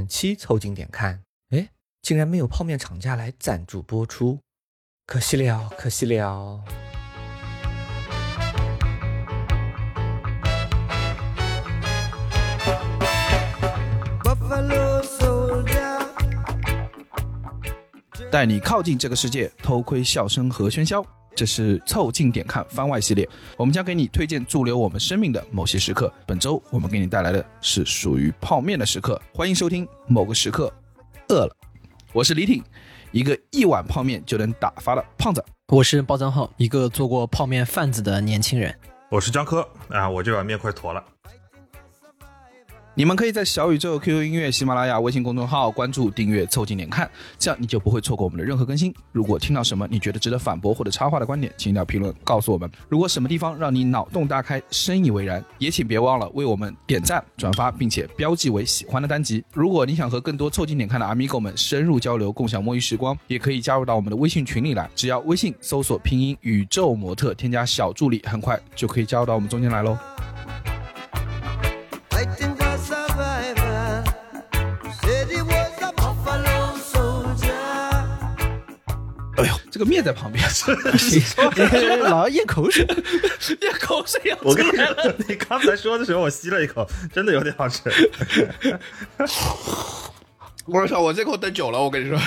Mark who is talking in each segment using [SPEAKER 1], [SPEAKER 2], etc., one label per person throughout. [SPEAKER 1] 本期凑近点看，哎，竟然没有泡面厂家来赞助播出，可惜了，可惜了。
[SPEAKER 2] Buffalo soldier.
[SPEAKER 3] 带你靠近这个世界，偷窥笑声和喧嚣。这是凑近点看番外系列，我们将给你推荐驻留我们生命的某些时刻。本周我们给你带来的是属于泡面的时刻，欢迎收听《某个时刻饿了》，我是李挺，一个一碗泡面就能打发的胖子。
[SPEAKER 4] 我是包藏浩，一个做过泡面贩子的年轻人。
[SPEAKER 5] 我是张科啊，我这碗面快坨了。
[SPEAKER 3] 你们可以在小宇宙、QQ 音乐、喜马拉雅、微信公众号关注、订阅、凑近点看，这样你就不会错过我们的任何更新。如果听到什么你觉得值得反驳或者插话的观点，请到评论告诉我们。如果什么地方让你脑洞大开、深以为然，也请别忘了为我们点赞、转发，并且标记为喜欢的单集。如果你想和更多凑近点看的 Amigo 们深入交流、共享摸鱼时光，也可以加入到我们的微信群里来。只要微信搜索拼音宇宙模特，添加小助理，很快就可以加入到我们中间来喽。
[SPEAKER 2] Fighting for survival. Said he was a buffalo soldier.
[SPEAKER 3] 哎呦，这个面在旁边，
[SPEAKER 4] 老要咽口 水，
[SPEAKER 3] 咽口水要
[SPEAKER 5] 我跟 你说，你刚才说的时候，我吸了一口，真的有点好吃。
[SPEAKER 3] 我操！我这口等久了，我跟你说。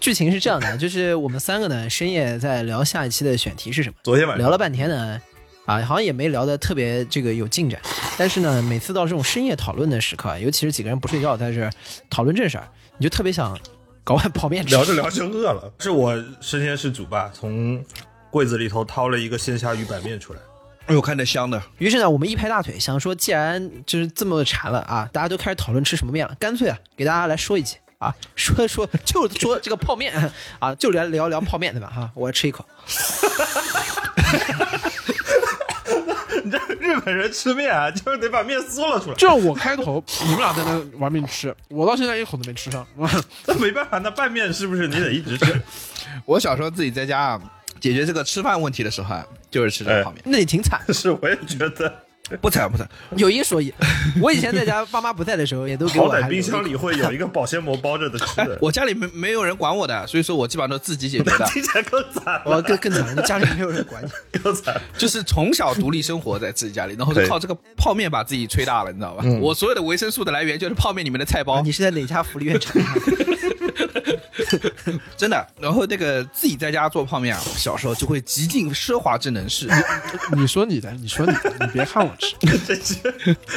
[SPEAKER 4] 剧情是这样的，就是我们三个呢深夜在聊下一期的选题是什么，
[SPEAKER 5] 昨天晚上
[SPEAKER 4] 聊了半天呢，啊，好像也没聊得特别这个有进展。但是呢，每次到这种深夜讨论的时刻啊，尤其是几个人不睡觉在这儿讨论正事儿，你就特别想搞碗泡面吃。
[SPEAKER 5] 聊着聊着饿了，是我身先士卒吧，从柜子里头掏了一个鲜虾鱼板面出来。
[SPEAKER 3] 哎呦，看着香的，
[SPEAKER 4] 于是呢，我们一拍大腿，想说既然就是这么馋了啊，大家都开始讨论吃什么面了，干脆啊，给大家来说一集啊， 说说就说这个泡面 啊，就聊聊聊泡面对吧？哈、我吃一口，
[SPEAKER 5] 你知道日本人吃面啊，就是得把面嗦了出来，
[SPEAKER 6] 就是我开头，你们俩在那玩命吃，我到现在一口都没吃 上。
[SPEAKER 5] 那没办法，那拌面是不是你得一直吃？
[SPEAKER 3] 我小时候自己在家啊，解决这个吃饭问题的时候啊，就是吃这个泡面。
[SPEAKER 4] 那也挺惨。
[SPEAKER 5] 是，我也觉得，
[SPEAKER 3] 哎不惨不惨，
[SPEAKER 4] 有一说一，我以前在家爸妈不在的时候，也都给
[SPEAKER 5] 好
[SPEAKER 4] 我
[SPEAKER 5] 歹
[SPEAKER 4] 还
[SPEAKER 5] 冰箱里会有一个保鲜膜包着的吃
[SPEAKER 3] 哎
[SPEAKER 5] 的，。，
[SPEAKER 3] 我家里没没有人管我的，所以说我基本上都自己解决的
[SPEAKER 5] 听起来更惨
[SPEAKER 4] 我
[SPEAKER 5] 了，
[SPEAKER 4] 更更惨，家里没有人管你。
[SPEAKER 5] 更惨。
[SPEAKER 3] 就是从小独立生活在自己家里，然后就
[SPEAKER 5] 对
[SPEAKER 3] 靠这个泡面把自己吹大了，你知道吧？我所有的维生素的来源就是泡面里面的菜包，
[SPEAKER 4] 你是在哪家福利院长大的？
[SPEAKER 3] 真的。然后那个自己在家做泡面啊，小时候就会极尽奢华之能 事。
[SPEAKER 6] 你说你的，你说你的，你别看我 吃，
[SPEAKER 5] 这期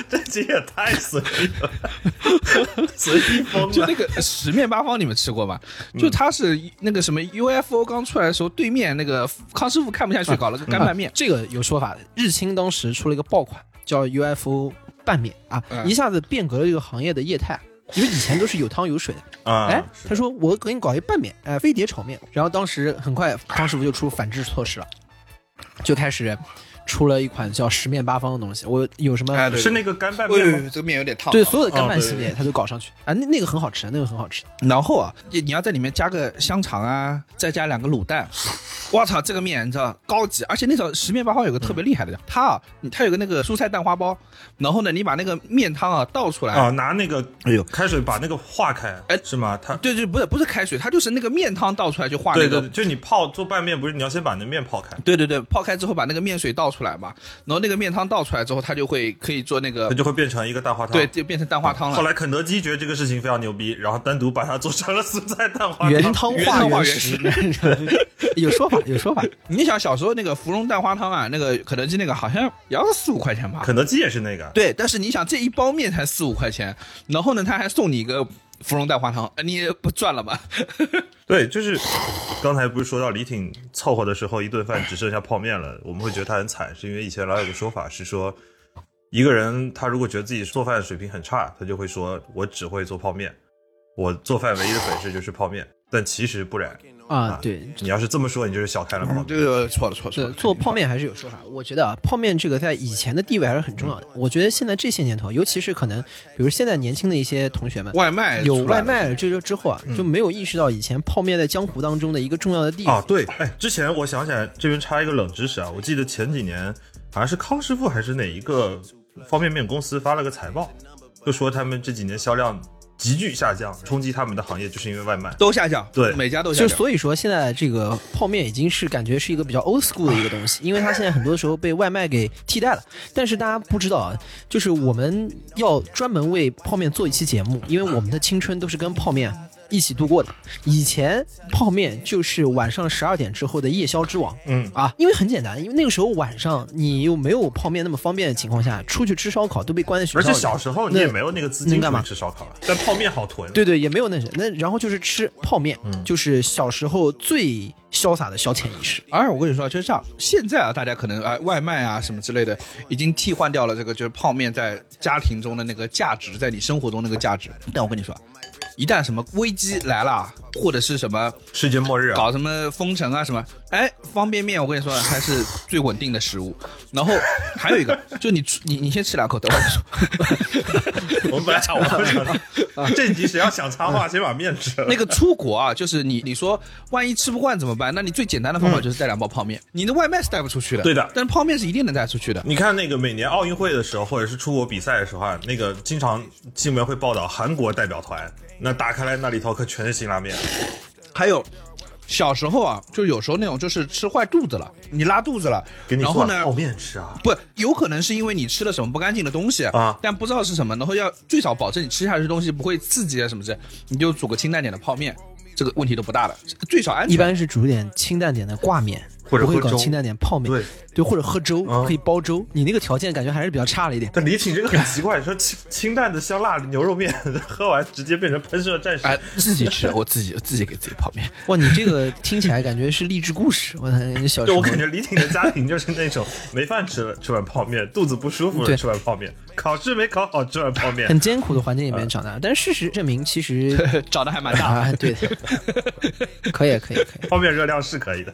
[SPEAKER 5] 这期也太随意了， 随意疯
[SPEAKER 3] 就
[SPEAKER 5] 了
[SPEAKER 3] 那。个十面八方，你们吃过吧？就他是那个什么 UFO 刚出来的时候，对面那个康师傅看不下去，搞了个干拌面。
[SPEAKER 4] 这个有说法的，日清当时出了一个爆款，叫 UFO 拌面啊，
[SPEAKER 3] 嗯
[SPEAKER 4] 一下子变革了这个行业的业态。因为以前都是有汤有水的，
[SPEAKER 5] 啊
[SPEAKER 4] 哎，他说我给你搞一拌面，哎，飞碟炒面。然后当时很快，康师傅就出反制措施了，就开始出了一款叫十面八方的东西。我有什么
[SPEAKER 3] 哎对
[SPEAKER 5] 是那个干拌
[SPEAKER 3] 哎
[SPEAKER 5] 面
[SPEAKER 3] 呦，
[SPEAKER 5] 吗？
[SPEAKER 3] 这个面有点烫。
[SPEAKER 4] 对，所有的啊干
[SPEAKER 5] 哦
[SPEAKER 4] 拌
[SPEAKER 5] 对
[SPEAKER 4] 系
[SPEAKER 5] 对
[SPEAKER 4] 列，他都搞上去啊，那那个很好吃，那个很好吃。
[SPEAKER 3] 然后啊，你你要在里面加个香肠啊，再加两个卤蛋。 我操，这个面你知道高级，而且那时候十面八方有个特别厉害的，它啊，它有个那个蔬菜蛋花包，然后呢，你把那个面汤啊倒出来。
[SPEAKER 5] 啊，拿那个哎呦开水把那个化开，
[SPEAKER 3] 哎
[SPEAKER 5] 是吗？它
[SPEAKER 3] 对对，不是不是开水，它就是那个面汤倒出来就化
[SPEAKER 5] 对
[SPEAKER 3] 那
[SPEAKER 5] 对，
[SPEAKER 3] 个
[SPEAKER 5] 对就你泡做拌面，不是你要先把那面泡开，
[SPEAKER 3] 对对对，泡开之后把那个面水倒出来嘛，然后那个面汤倒出来之后，它就会可以做那个
[SPEAKER 5] 它，就会变成一个大花汤。
[SPEAKER 3] 对，。就变成蛋花汤了
[SPEAKER 5] 后。来肯德基觉得这个事情非常牛逼，然后单独把它做成了 蔬菜蛋花
[SPEAKER 4] 原汤
[SPEAKER 3] 原
[SPEAKER 4] 化
[SPEAKER 3] 汤化
[SPEAKER 4] 原
[SPEAKER 3] 原
[SPEAKER 4] 食， 有说法，有说法。
[SPEAKER 3] 你想小时候那个芙蓉蛋花汤啊，那个肯德基那个好像也要四五块钱吧？
[SPEAKER 5] 肯德基也是那个，
[SPEAKER 3] 对，但是你想这一包面才四五块钱，然后呢他还送你一个芙蓉蛋花汤，呃你不赚了吧？
[SPEAKER 5] 对，就是刚才不是说到李挺凑合的时候，一顿饭只剩下泡面了，我们会觉得他很惨，是因为以前老有个说法是说，一个人他如果觉得自己做饭水平很差，他就会说我只会做泡面，我做饭唯一的本事就是泡面，但其实不然。
[SPEAKER 4] 啊，对，
[SPEAKER 5] 你要是这么说，你就是小看了泡面。
[SPEAKER 3] 这个错了错了错
[SPEAKER 4] 对，
[SPEAKER 3] 了，
[SPEAKER 4] 做泡面还是有说法。我觉得啊，泡面这个在以前的地位还是很重要的。我觉得现在这些年头，尤其是可能，比如现在年轻的一些同学们，
[SPEAKER 3] 外卖
[SPEAKER 4] 有
[SPEAKER 3] 出来
[SPEAKER 4] 外
[SPEAKER 3] 了
[SPEAKER 4] 卖这就之后啊，
[SPEAKER 3] 嗯
[SPEAKER 4] 就没有意识到以前泡面在江湖当中的一个重要的地位。
[SPEAKER 3] 哦
[SPEAKER 5] 啊，对，哎，之前我想起来，这边插一个冷知识啊，我记得前几年好像是康师傅还是哪一个方便面公司发了个财报，就说他们这几年销量急剧下降，冲击他们的行业就是因为外卖。
[SPEAKER 3] 都下降，
[SPEAKER 5] 对
[SPEAKER 3] 每家都下
[SPEAKER 4] 就
[SPEAKER 3] 降。
[SPEAKER 4] 所以说，现在这个泡面已经是感觉是一个比较 old school 的一个东 西，因为它现在很多时候被外卖给替代了。但是大家不知道啊，就是我们要专门为泡面做一期节目，因为我们的青春都是跟泡面一起度过的。以前泡面就是晚上十二点之后的夜宵之王，
[SPEAKER 5] 嗯
[SPEAKER 4] 啊，因为很简单，因为那个时候晚上你又没有泡面那么方便的情况下，出去吃烧烤都被关在学校
[SPEAKER 5] 而
[SPEAKER 4] 里。
[SPEAKER 5] 且小时候你也
[SPEAKER 4] 那
[SPEAKER 5] 没有那个资
[SPEAKER 4] 能
[SPEAKER 5] 金
[SPEAKER 4] 干
[SPEAKER 5] 出
[SPEAKER 4] 嘛
[SPEAKER 5] 去吃烧烤了，啊但泡面好囤。
[SPEAKER 4] 对对，也没有那什那，然后就是吃泡面，
[SPEAKER 5] 嗯
[SPEAKER 4] 就是小时候最潇洒的消遣仪式。
[SPEAKER 3] 而我跟你说，就是这样。现在啊，大家可能啊、哎外卖啊什么之类的，已经替换掉了这个就是泡面在家庭中的那个价值，在你生活中那个价值。但我跟你说，啊一旦什么危机来了，啊或者是什么
[SPEAKER 5] 世界末日啊！
[SPEAKER 3] 搞什么封城啊什么，哎，方便面我跟你说还是最稳定的食物。然后还有一个，就你吃你你先吃两口，等会儿再 说。
[SPEAKER 5] 我们本来想，我 们想这集谁要想插
[SPEAKER 4] 啊
[SPEAKER 5] 话，先把面吃了。
[SPEAKER 3] 那个出国啊，就是你你说万一吃不惯怎么办？那你最简单的方法就是带两包泡面。你的外卖是带不出去的，
[SPEAKER 5] 嗯对的
[SPEAKER 3] 但是泡面是一定能带出去的。
[SPEAKER 5] 你看那个每年奥运会的时候，或者是出国比赛的时候啊，那个经常新闻会报道韩国代表团，那打开来那里头可全是辛拉面。
[SPEAKER 3] 还有小时候啊，就有时候那种就是吃坏肚子了，你拉肚子了，
[SPEAKER 5] 给你
[SPEAKER 3] 然
[SPEAKER 5] 做
[SPEAKER 3] 后呢
[SPEAKER 5] 泡面吃啊！
[SPEAKER 3] 不，有可能是因为你吃了什么不干净的东西
[SPEAKER 5] 啊
[SPEAKER 3] 但不知道是什么，然后要最少保证你吃下去的东西不会刺激啊什么之类，你就煮个清淡点的泡面，这个问题都不大的，最少安全。
[SPEAKER 4] 一般是煮点清淡点的挂面，
[SPEAKER 5] 或者
[SPEAKER 4] 不会
[SPEAKER 5] 喝
[SPEAKER 4] 搞
[SPEAKER 5] 粥
[SPEAKER 4] 清淡点泡面，
[SPEAKER 5] 对
[SPEAKER 4] 或者喝粥、
[SPEAKER 5] 嗯
[SPEAKER 4] 可以煲粥。你那个条件感觉还是比较差 了一点。
[SPEAKER 5] 但李挺这个很奇怪，说清清淡的香辣牛肉面，喝完直接变成喷射战 士。
[SPEAKER 3] 哎，自己吃，我自己自己给自己泡面。
[SPEAKER 4] 哇，你这个听起来感觉是励志故事，我感觉小时
[SPEAKER 5] 对，
[SPEAKER 4] 候
[SPEAKER 5] 我感觉李挺的家庭就是那种没饭吃了吃碗泡面，肚子不舒服
[SPEAKER 4] 对
[SPEAKER 5] 了吃碗泡面，考试没考好吃碗泡面
[SPEAKER 4] 很。艰苦的环境里
[SPEAKER 5] 嗯
[SPEAKER 4] 面长大，但事实证明，其 实
[SPEAKER 3] 长得还蛮大，
[SPEAKER 4] 啊，对的，可以，可以，可以。
[SPEAKER 5] 泡面热量是可以的，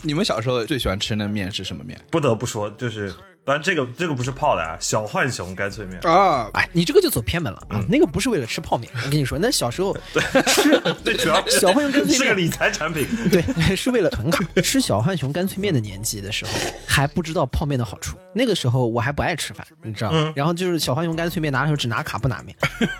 [SPEAKER 3] 你们小时候最喜欢吃的面是什么面
[SPEAKER 5] 不得不说，就是，当然这个这个不是泡的啊，小浣熊干脆面，
[SPEAKER 3] 啊？
[SPEAKER 4] 哎，你这个就走偏门了
[SPEAKER 5] 嗯
[SPEAKER 4] 啊！那个不是为了吃泡面，我跟你说，那小时候吃
[SPEAKER 5] 最主要是
[SPEAKER 4] 小浣熊干脆面
[SPEAKER 5] 是个理财产品，
[SPEAKER 4] 对， 是为了囤卡。吃小浣熊干脆面的年纪的时候，还不知道泡面的好处。那个时候我还不爱吃饭，你知道吗？然后就是小浣熊干脆面拿的时候只拿卡不拿面。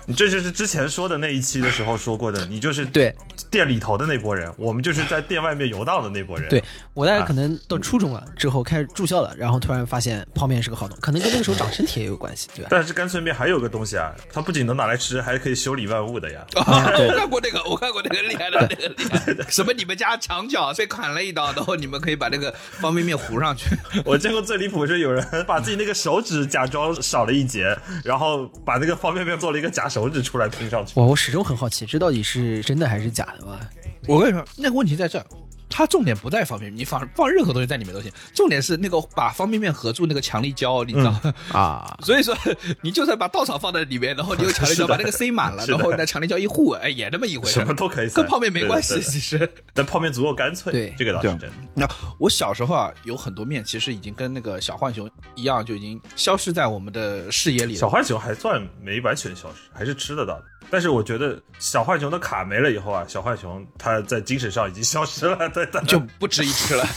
[SPEAKER 5] 你这就是之前说的那一期的时候说过的，你就是
[SPEAKER 4] 对
[SPEAKER 5] 店里头的那波人，我们就是在店外面游荡的那波人。
[SPEAKER 4] 对，我大概可能到初中了之后开始住校了，然后突然发现泡面是个好东西，可能跟那个时候长身体也有关系，对吧？
[SPEAKER 5] 但是干脆面还有个东西啊，它不仅能拿来吃，还可以修理万物的 呀。
[SPEAKER 3] 我看过那个，我看过那个厉害的，那个厉害的， 什么你们家墙角被砍了一刀，然后你们可以把那个方便面糊上去。
[SPEAKER 5] 我见过最离谱是有人把自己那个手指假装少了一截，然后把那个方便面做了一个假手指出来拼上去。
[SPEAKER 4] 哇，我始终很好奇，这到底是真的还是假的吧？
[SPEAKER 3] 我跟你说，那个问题在这儿，它重点不在方便面，你放放任何东西在里面都行，重点是那个把方便面合住那个强力胶，你知道吗？
[SPEAKER 5] 嗯
[SPEAKER 4] 啊，
[SPEAKER 3] 所以说，你就算把稻草放在里面，然后你用强力胶把那个塞满了，
[SPEAKER 5] 是的
[SPEAKER 3] 然后拿强力胶一护，哎，也那么一回事，
[SPEAKER 5] 什么都可以塞
[SPEAKER 3] 跟泡面没关系。
[SPEAKER 5] 对的对的
[SPEAKER 3] 其实，
[SPEAKER 5] 但泡面足够干脆，
[SPEAKER 4] 对
[SPEAKER 5] 这个倒是真的。
[SPEAKER 3] 那我小时候啊，有很多面其实已经跟那个小浣熊一样，就已经消失在我们的视野里
[SPEAKER 5] 小
[SPEAKER 3] 了。
[SPEAKER 5] 浣熊还算没完全消失，还是吃得到的。但是我觉得小浣熊的卡没了以后啊，小浣熊它在精神上已经消失了。对 的，
[SPEAKER 3] 就不值一吃了。嗯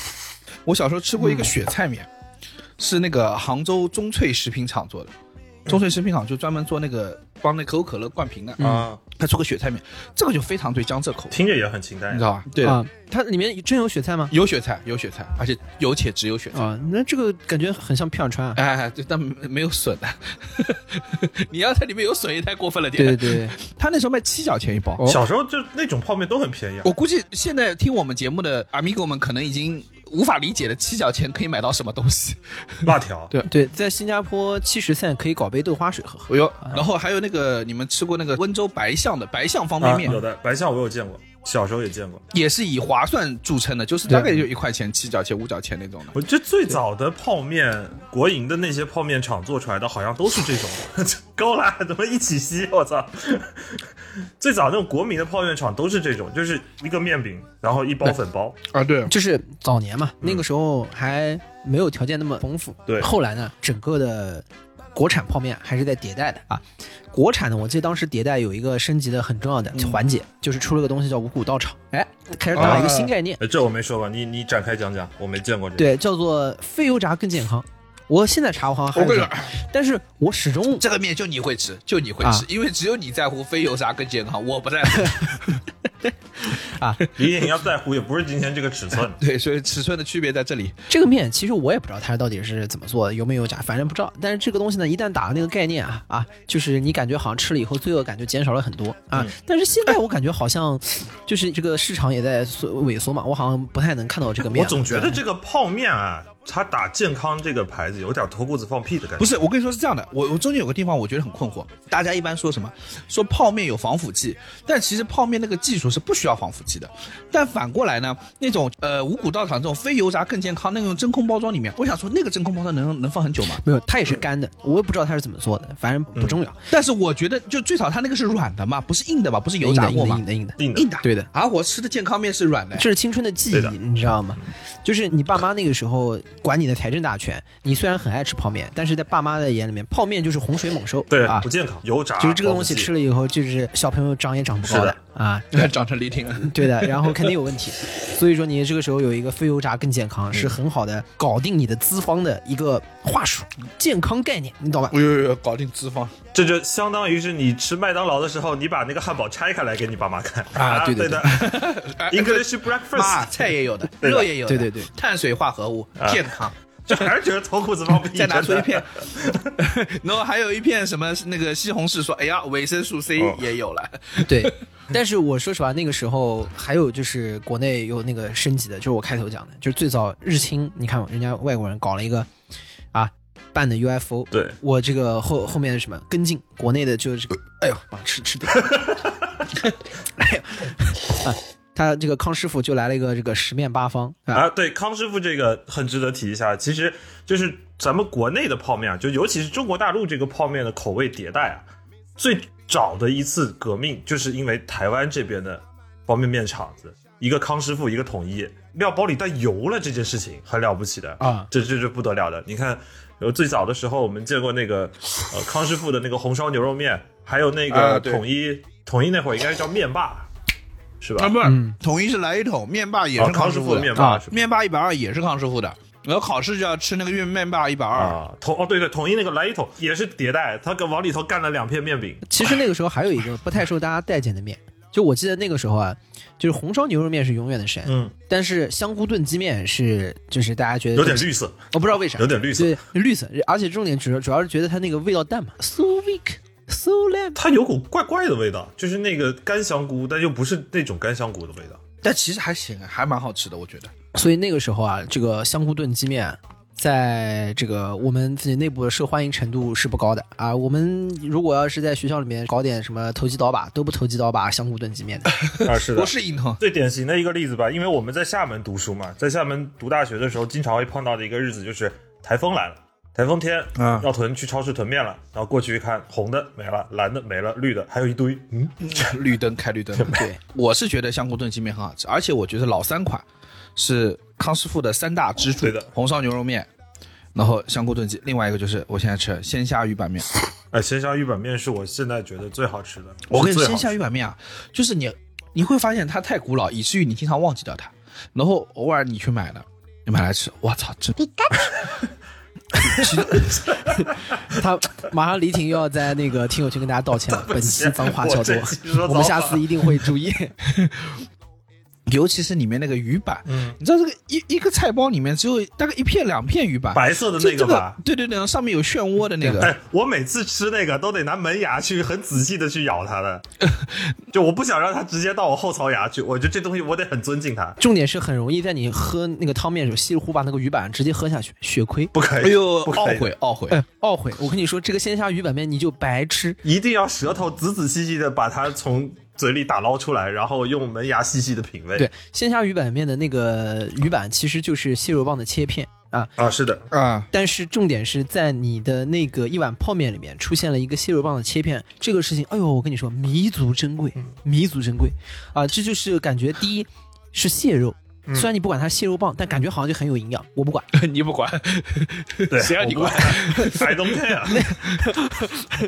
[SPEAKER 3] 我小时候吃过一个雪菜面，是那个杭州中翠食品厂做的。中翠食品厂就专门做那个帮那可口可乐灌瓶的，
[SPEAKER 5] 啊，
[SPEAKER 3] 他出个雪菜面，这个就非常对江浙口味，
[SPEAKER 5] 听着也很清淡
[SPEAKER 3] 你知
[SPEAKER 5] 呀。
[SPEAKER 3] 道吧？对
[SPEAKER 4] 啊，它里面真有雪菜吗？
[SPEAKER 3] 有雪菜，有雪菜，而且有且只有雪菜。
[SPEAKER 4] 啊，那这个感觉很像平壤 川啊。
[SPEAKER 3] 哎，对，但没有笋的， 你要它里面有笋也太过分了点。
[SPEAKER 4] 对对对，
[SPEAKER 3] 他那时候卖七角钱一包，
[SPEAKER 5] 小时候就那种泡面都很便宜啊
[SPEAKER 3] 我。估计现在听我们节目的阿米哥们可能已经无法理解了，七角钱可以买到什么东西。
[SPEAKER 5] 辣条，
[SPEAKER 3] 对
[SPEAKER 4] 对，在新加坡七十 c 可以搞杯豆花水喝喝。
[SPEAKER 3] 哎呦，
[SPEAKER 5] 啊
[SPEAKER 3] 然后还有那个你们吃过那个温州白象的白象方便
[SPEAKER 5] 啊，
[SPEAKER 3] 面，
[SPEAKER 5] 有的白象我有见过，小时候也见过。
[SPEAKER 3] 也是以划算著称的，就是大概就一块钱、七角钱、五角钱那种的。
[SPEAKER 5] 我这最早的泡面，国营的那些泡面厂做出来的，好像都是这种， 够了，怎么一起吸？我操！最早那种国民的泡面厂都是这种，就是一个面饼，然后一包粉 包，
[SPEAKER 3] 啊，对，
[SPEAKER 4] 就是早年嘛，
[SPEAKER 6] 嗯
[SPEAKER 4] 那个时候还没有条件那么丰富。
[SPEAKER 5] 对
[SPEAKER 4] 后来呢，整个的国产泡面还是在迭代的啊。国产的，我记得当时迭代有一个升级的很重要的
[SPEAKER 6] 嗯
[SPEAKER 4] 环节，就是出了个东西叫五谷道场，哎，开始打
[SPEAKER 6] 啊
[SPEAKER 4] 了一个
[SPEAKER 5] 哎
[SPEAKER 4] 新概念，
[SPEAKER 5] 呃，这我没说过，你你展开讲讲，我没见过这个。
[SPEAKER 4] 对，叫做非油炸更健康。我现在茶我好像还
[SPEAKER 6] 我跟你
[SPEAKER 4] 有
[SPEAKER 6] 说，
[SPEAKER 4] 但是我始终
[SPEAKER 3] 这个面就你会吃，就你会吃，
[SPEAKER 4] 啊
[SPEAKER 3] 因为只有你在乎非油炸更健康，我不在 乎。，
[SPEAKER 5] 李挺要在乎也不是今天这个尺寸
[SPEAKER 3] 对，所以尺寸的区别在这里。
[SPEAKER 4] 这个面其实我也不知道它到底是怎么做的，有没有假，反正不知道。但是这个东西呢，一旦打了那个概念啊啊，就是你感觉好像吃了以后罪恶感就减少了很多啊。
[SPEAKER 5] 嗯
[SPEAKER 4] 但是现在我感觉好像就是这个市场也在缩萎缩嘛，我好像不太能看 到这个面啊
[SPEAKER 5] 我
[SPEAKER 4] 了。
[SPEAKER 5] 总觉得这个泡面啊，它打健康这个牌子有点脱裤子放屁的感觉。
[SPEAKER 3] 不是，我跟你说是这样的，我我中间有个地方我觉得很困惑，大家一般说什么？说泡面有防腐剂，但其实泡面那个技术是不需要防腐剂的。但反过来呢，那种呃五谷道场这种非油炸更健康那种真空包装里面，我想说那个真空包装能能放很久吗？
[SPEAKER 4] 没有，它也是干的，我也不知道它是怎么做的，反正不重要。
[SPEAKER 5] 嗯
[SPEAKER 3] 但是我觉得就最少它那个是软的嘛，不是硬的吧？不是油
[SPEAKER 4] 硬
[SPEAKER 3] 炸
[SPEAKER 4] 的硬
[SPEAKER 3] 过
[SPEAKER 4] 的
[SPEAKER 3] 吗
[SPEAKER 4] 硬？的硬的，
[SPEAKER 5] 硬的哎
[SPEAKER 3] 硬的，
[SPEAKER 4] 对的。
[SPEAKER 3] 啊，我吃的健康面是软 的。
[SPEAKER 4] 这是青春的记
[SPEAKER 5] 对的
[SPEAKER 4] 忆，你知道吗？就是你爸妈那个时候管你的财政大权，你虽然很爱吃泡面，但是在爸妈的眼里面，泡面就是洪水猛兽，
[SPEAKER 5] 对，
[SPEAKER 4] 啊
[SPEAKER 5] 不，健康，油炸
[SPEAKER 4] 就是这个东西
[SPEAKER 5] 防腐剂
[SPEAKER 4] 吃了以后，就是小朋友长也长不高
[SPEAKER 5] 是
[SPEAKER 4] 的
[SPEAKER 5] 的
[SPEAKER 4] 啊，嗯
[SPEAKER 3] 长成李挺 了。
[SPEAKER 4] 对的，然后肯定有问题。所以说你这个时候有一个非油炸更健康，是很好的搞定你的资方的一个话术，健康概念，你懂吧？
[SPEAKER 3] 哎呦呦呦，搞定脂 肪
[SPEAKER 5] 这就相当于是你吃麦当劳的时候，你把那个汉堡拆开来给你爸妈看
[SPEAKER 3] 啊对
[SPEAKER 5] 对
[SPEAKER 3] 对
[SPEAKER 5] 的 ，English breakfast，
[SPEAKER 3] 妈啊菜也 有的，
[SPEAKER 5] 对的
[SPEAKER 3] 肉也有的，
[SPEAKER 4] 对对对，
[SPEAKER 3] 碳水化合物
[SPEAKER 5] 啊
[SPEAKER 3] 健 康。
[SPEAKER 5] 这还是觉得脱裤子放屁。
[SPEAKER 3] 再拿出
[SPEAKER 5] 真
[SPEAKER 3] 一
[SPEAKER 5] 的
[SPEAKER 3] 片， 然后还有一片什么那个西红柿，说哎呀，维生素 C
[SPEAKER 5] 哦
[SPEAKER 3] 也有了，
[SPEAKER 4] 对。但是我说实话，那个时候还有就是国内有那个升级的，就是我开头讲的，就是最早日清，你看人家外国人搞了一个啊办的 UFO，
[SPEAKER 5] 对，
[SPEAKER 4] 我这个后后面是什么跟进国内的就是这个，
[SPEAKER 5] 呃
[SPEAKER 4] 哎呦妈吃吃点， 哎呦，啊他这个康师傅就来了一个这个十面八方啊，
[SPEAKER 5] 啊，对，康师傅这个很值得提一下。其实就是咱们国内的泡面啊，就尤其是中国大陆这个泡面的口味迭代啊，最早的一次革命，就是因为台湾这边的方便面厂子，一个康师傅，一个统一，料包里带油了这件事情很了不起的
[SPEAKER 4] 啊
[SPEAKER 5] 这这这不得了的。你看，呃，最早的时候我们见过那个呃康师傅的那个红烧牛肉面，还有那
[SPEAKER 3] 啊
[SPEAKER 5] 个
[SPEAKER 3] 对
[SPEAKER 5] 统一，统一那会儿应该叫面霸，是吧？
[SPEAKER 3] 啊不是，
[SPEAKER 4] 嗯
[SPEAKER 3] 统一是来一桶，面霸也
[SPEAKER 5] 啊
[SPEAKER 3] 是
[SPEAKER 5] 康
[SPEAKER 3] 师
[SPEAKER 5] 师
[SPEAKER 3] 傅
[SPEAKER 5] 傅
[SPEAKER 3] 的
[SPEAKER 5] 的面霸是吧
[SPEAKER 3] 面霸一百二也是康师傅的，然后考试就要吃那个面面霸一百二，
[SPEAKER 5] 啊，统哦对对，统一那个来一桶也是迭代，他往里头干了两片面饼，
[SPEAKER 4] 其实那个时候还有一个不太受大家待见的面，就我记得那个时候啊，就是红烧牛肉面是永远的神，
[SPEAKER 5] 嗯，
[SPEAKER 4] 但是香菇炖鸡面是就是大家觉得
[SPEAKER 5] 有点绿色，
[SPEAKER 4] 我不知道为啥
[SPEAKER 5] 有点绿色，
[SPEAKER 4] 对绿色，而且重点主要主要是觉得它那个味道淡嘛，so weak so lamb，
[SPEAKER 5] 它有股怪怪的味道，就是那个干香菇，但又不是那种干香菇的味道。
[SPEAKER 3] 但其实还行，还蛮好吃的，我觉得。
[SPEAKER 4] 所以那个时候啊，这个香菇炖鸡面。在这个我们自己内部的受欢迎程度是不高的啊。我们如果要是在学校里面搞点什么投机倒把，都不投机倒把香菇炖鸡面的。
[SPEAKER 5] 啊，是
[SPEAKER 3] 我是硬桶，
[SPEAKER 5] 最典型的一个例子吧，因为我们在厦门读书嘛，在厦门读大学的时候，经常会碰到的一个日子就是台风来了，台风天，
[SPEAKER 3] 啊
[SPEAKER 5] 要囤去超市囤面了，然后过去一看，红的没了，蓝的没了，绿的还有一堆，嗯，
[SPEAKER 3] 绿灯开绿灯。
[SPEAKER 4] 对，
[SPEAKER 3] 我是觉得香菇炖鸡面很好吃，而且我觉得老三款是康师傅的三大支柱
[SPEAKER 5] 对的，
[SPEAKER 3] 红烧牛肉面，然后香菇炖鸡，另外一个就是我现在吃的鲜虾鱼板面。
[SPEAKER 5] 哎，鲜虾鱼板面是我现在觉得最好吃的，
[SPEAKER 3] 我跟你
[SPEAKER 5] 是
[SPEAKER 3] 说，
[SPEAKER 5] 最
[SPEAKER 3] 鲜
[SPEAKER 5] 好吃的
[SPEAKER 3] 虾鱼板面啊，就是你你会发现它太古老，以至于你经常忘记掉它，然后偶尔你去买了，你买来吃，我操，真
[SPEAKER 4] 他马上李挺又要在那个听友群跟大家道歉了，本期脏话较多
[SPEAKER 5] 我这期说，
[SPEAKER 4] 我们
[SPEAKER 5] 脏
[SPEAKER 4] 下
[SPEAKER 5] 话
[SPEAKER 4] 次一定会注意。
[SPEAKER 3] 尤其是里面那个鱼板，
[SPEAKER 5] 嗯
[SPEAKER 3] 你知道这个一一个菜包里面只有大概一片两片鱼板，
[SPEAKER 5] 白色的
[SPEAKER 3] 这
[SPEAKER 5] 那
[SPEAKER 3] 这
[SPEAKER 5] 个吧，
[SPEAKER 3] 对对对，上面有漩涡的那个，
[SPEAKER 5] 哎，我每次吃那个都得拿门牙去很仔细的去咬它的，就我不想让它直接到我后槽牙去。我觉得这东西我得很尊敬它，
[SPEAKER 4] 重点是很容易在你喝那个汤面的时候，稀里糊涂把那个鱼板直接喝下去，血亏。
[SPEAKER 5] 不可以，
[SPEAKER 3] 哎呦，
[SPEAKER 5] 不可以
[SPEAKER 3] 懊悔懊悔，
[SPEAKER 4] 哎，懊悔！我跟你说，这个鲜虾鱼板面你就白吃。
[SPEAKER 5] 一定要舌头仔仔细细的把它从嘴里打捞出来，然后用门牙细细的品味。
[SPEAKER 4] 对，鲜虾鱼板面的那个鱼板其实就是蟹肉棒的切片啊，
[SPEAKER 5] 啊，是的，
[SPEAKER 3] 啊。
[SPEAKER 4] 但是重点是在你的那个一碗泡面里面出现了一个蟹肉棒的切片，这个事情，哎呦，我跟你说，弥足珍贵，
[SPEAKER 5] 嗯
[SPEAKER 4] 弥足珍贵啊！这就是感觉，第一是蟹肉。
[SPEAKER 5] 嗯
[SPEAKER 4] 虽然你不管它蟹肉棒，但感觉好像就很有营养。我不管，
[SPEAKER 3] 你不管，
[SPEAKER 5] 对，
[SPEAKER 3] 谁让你 管
[SPEAKER 5] ？I don't care。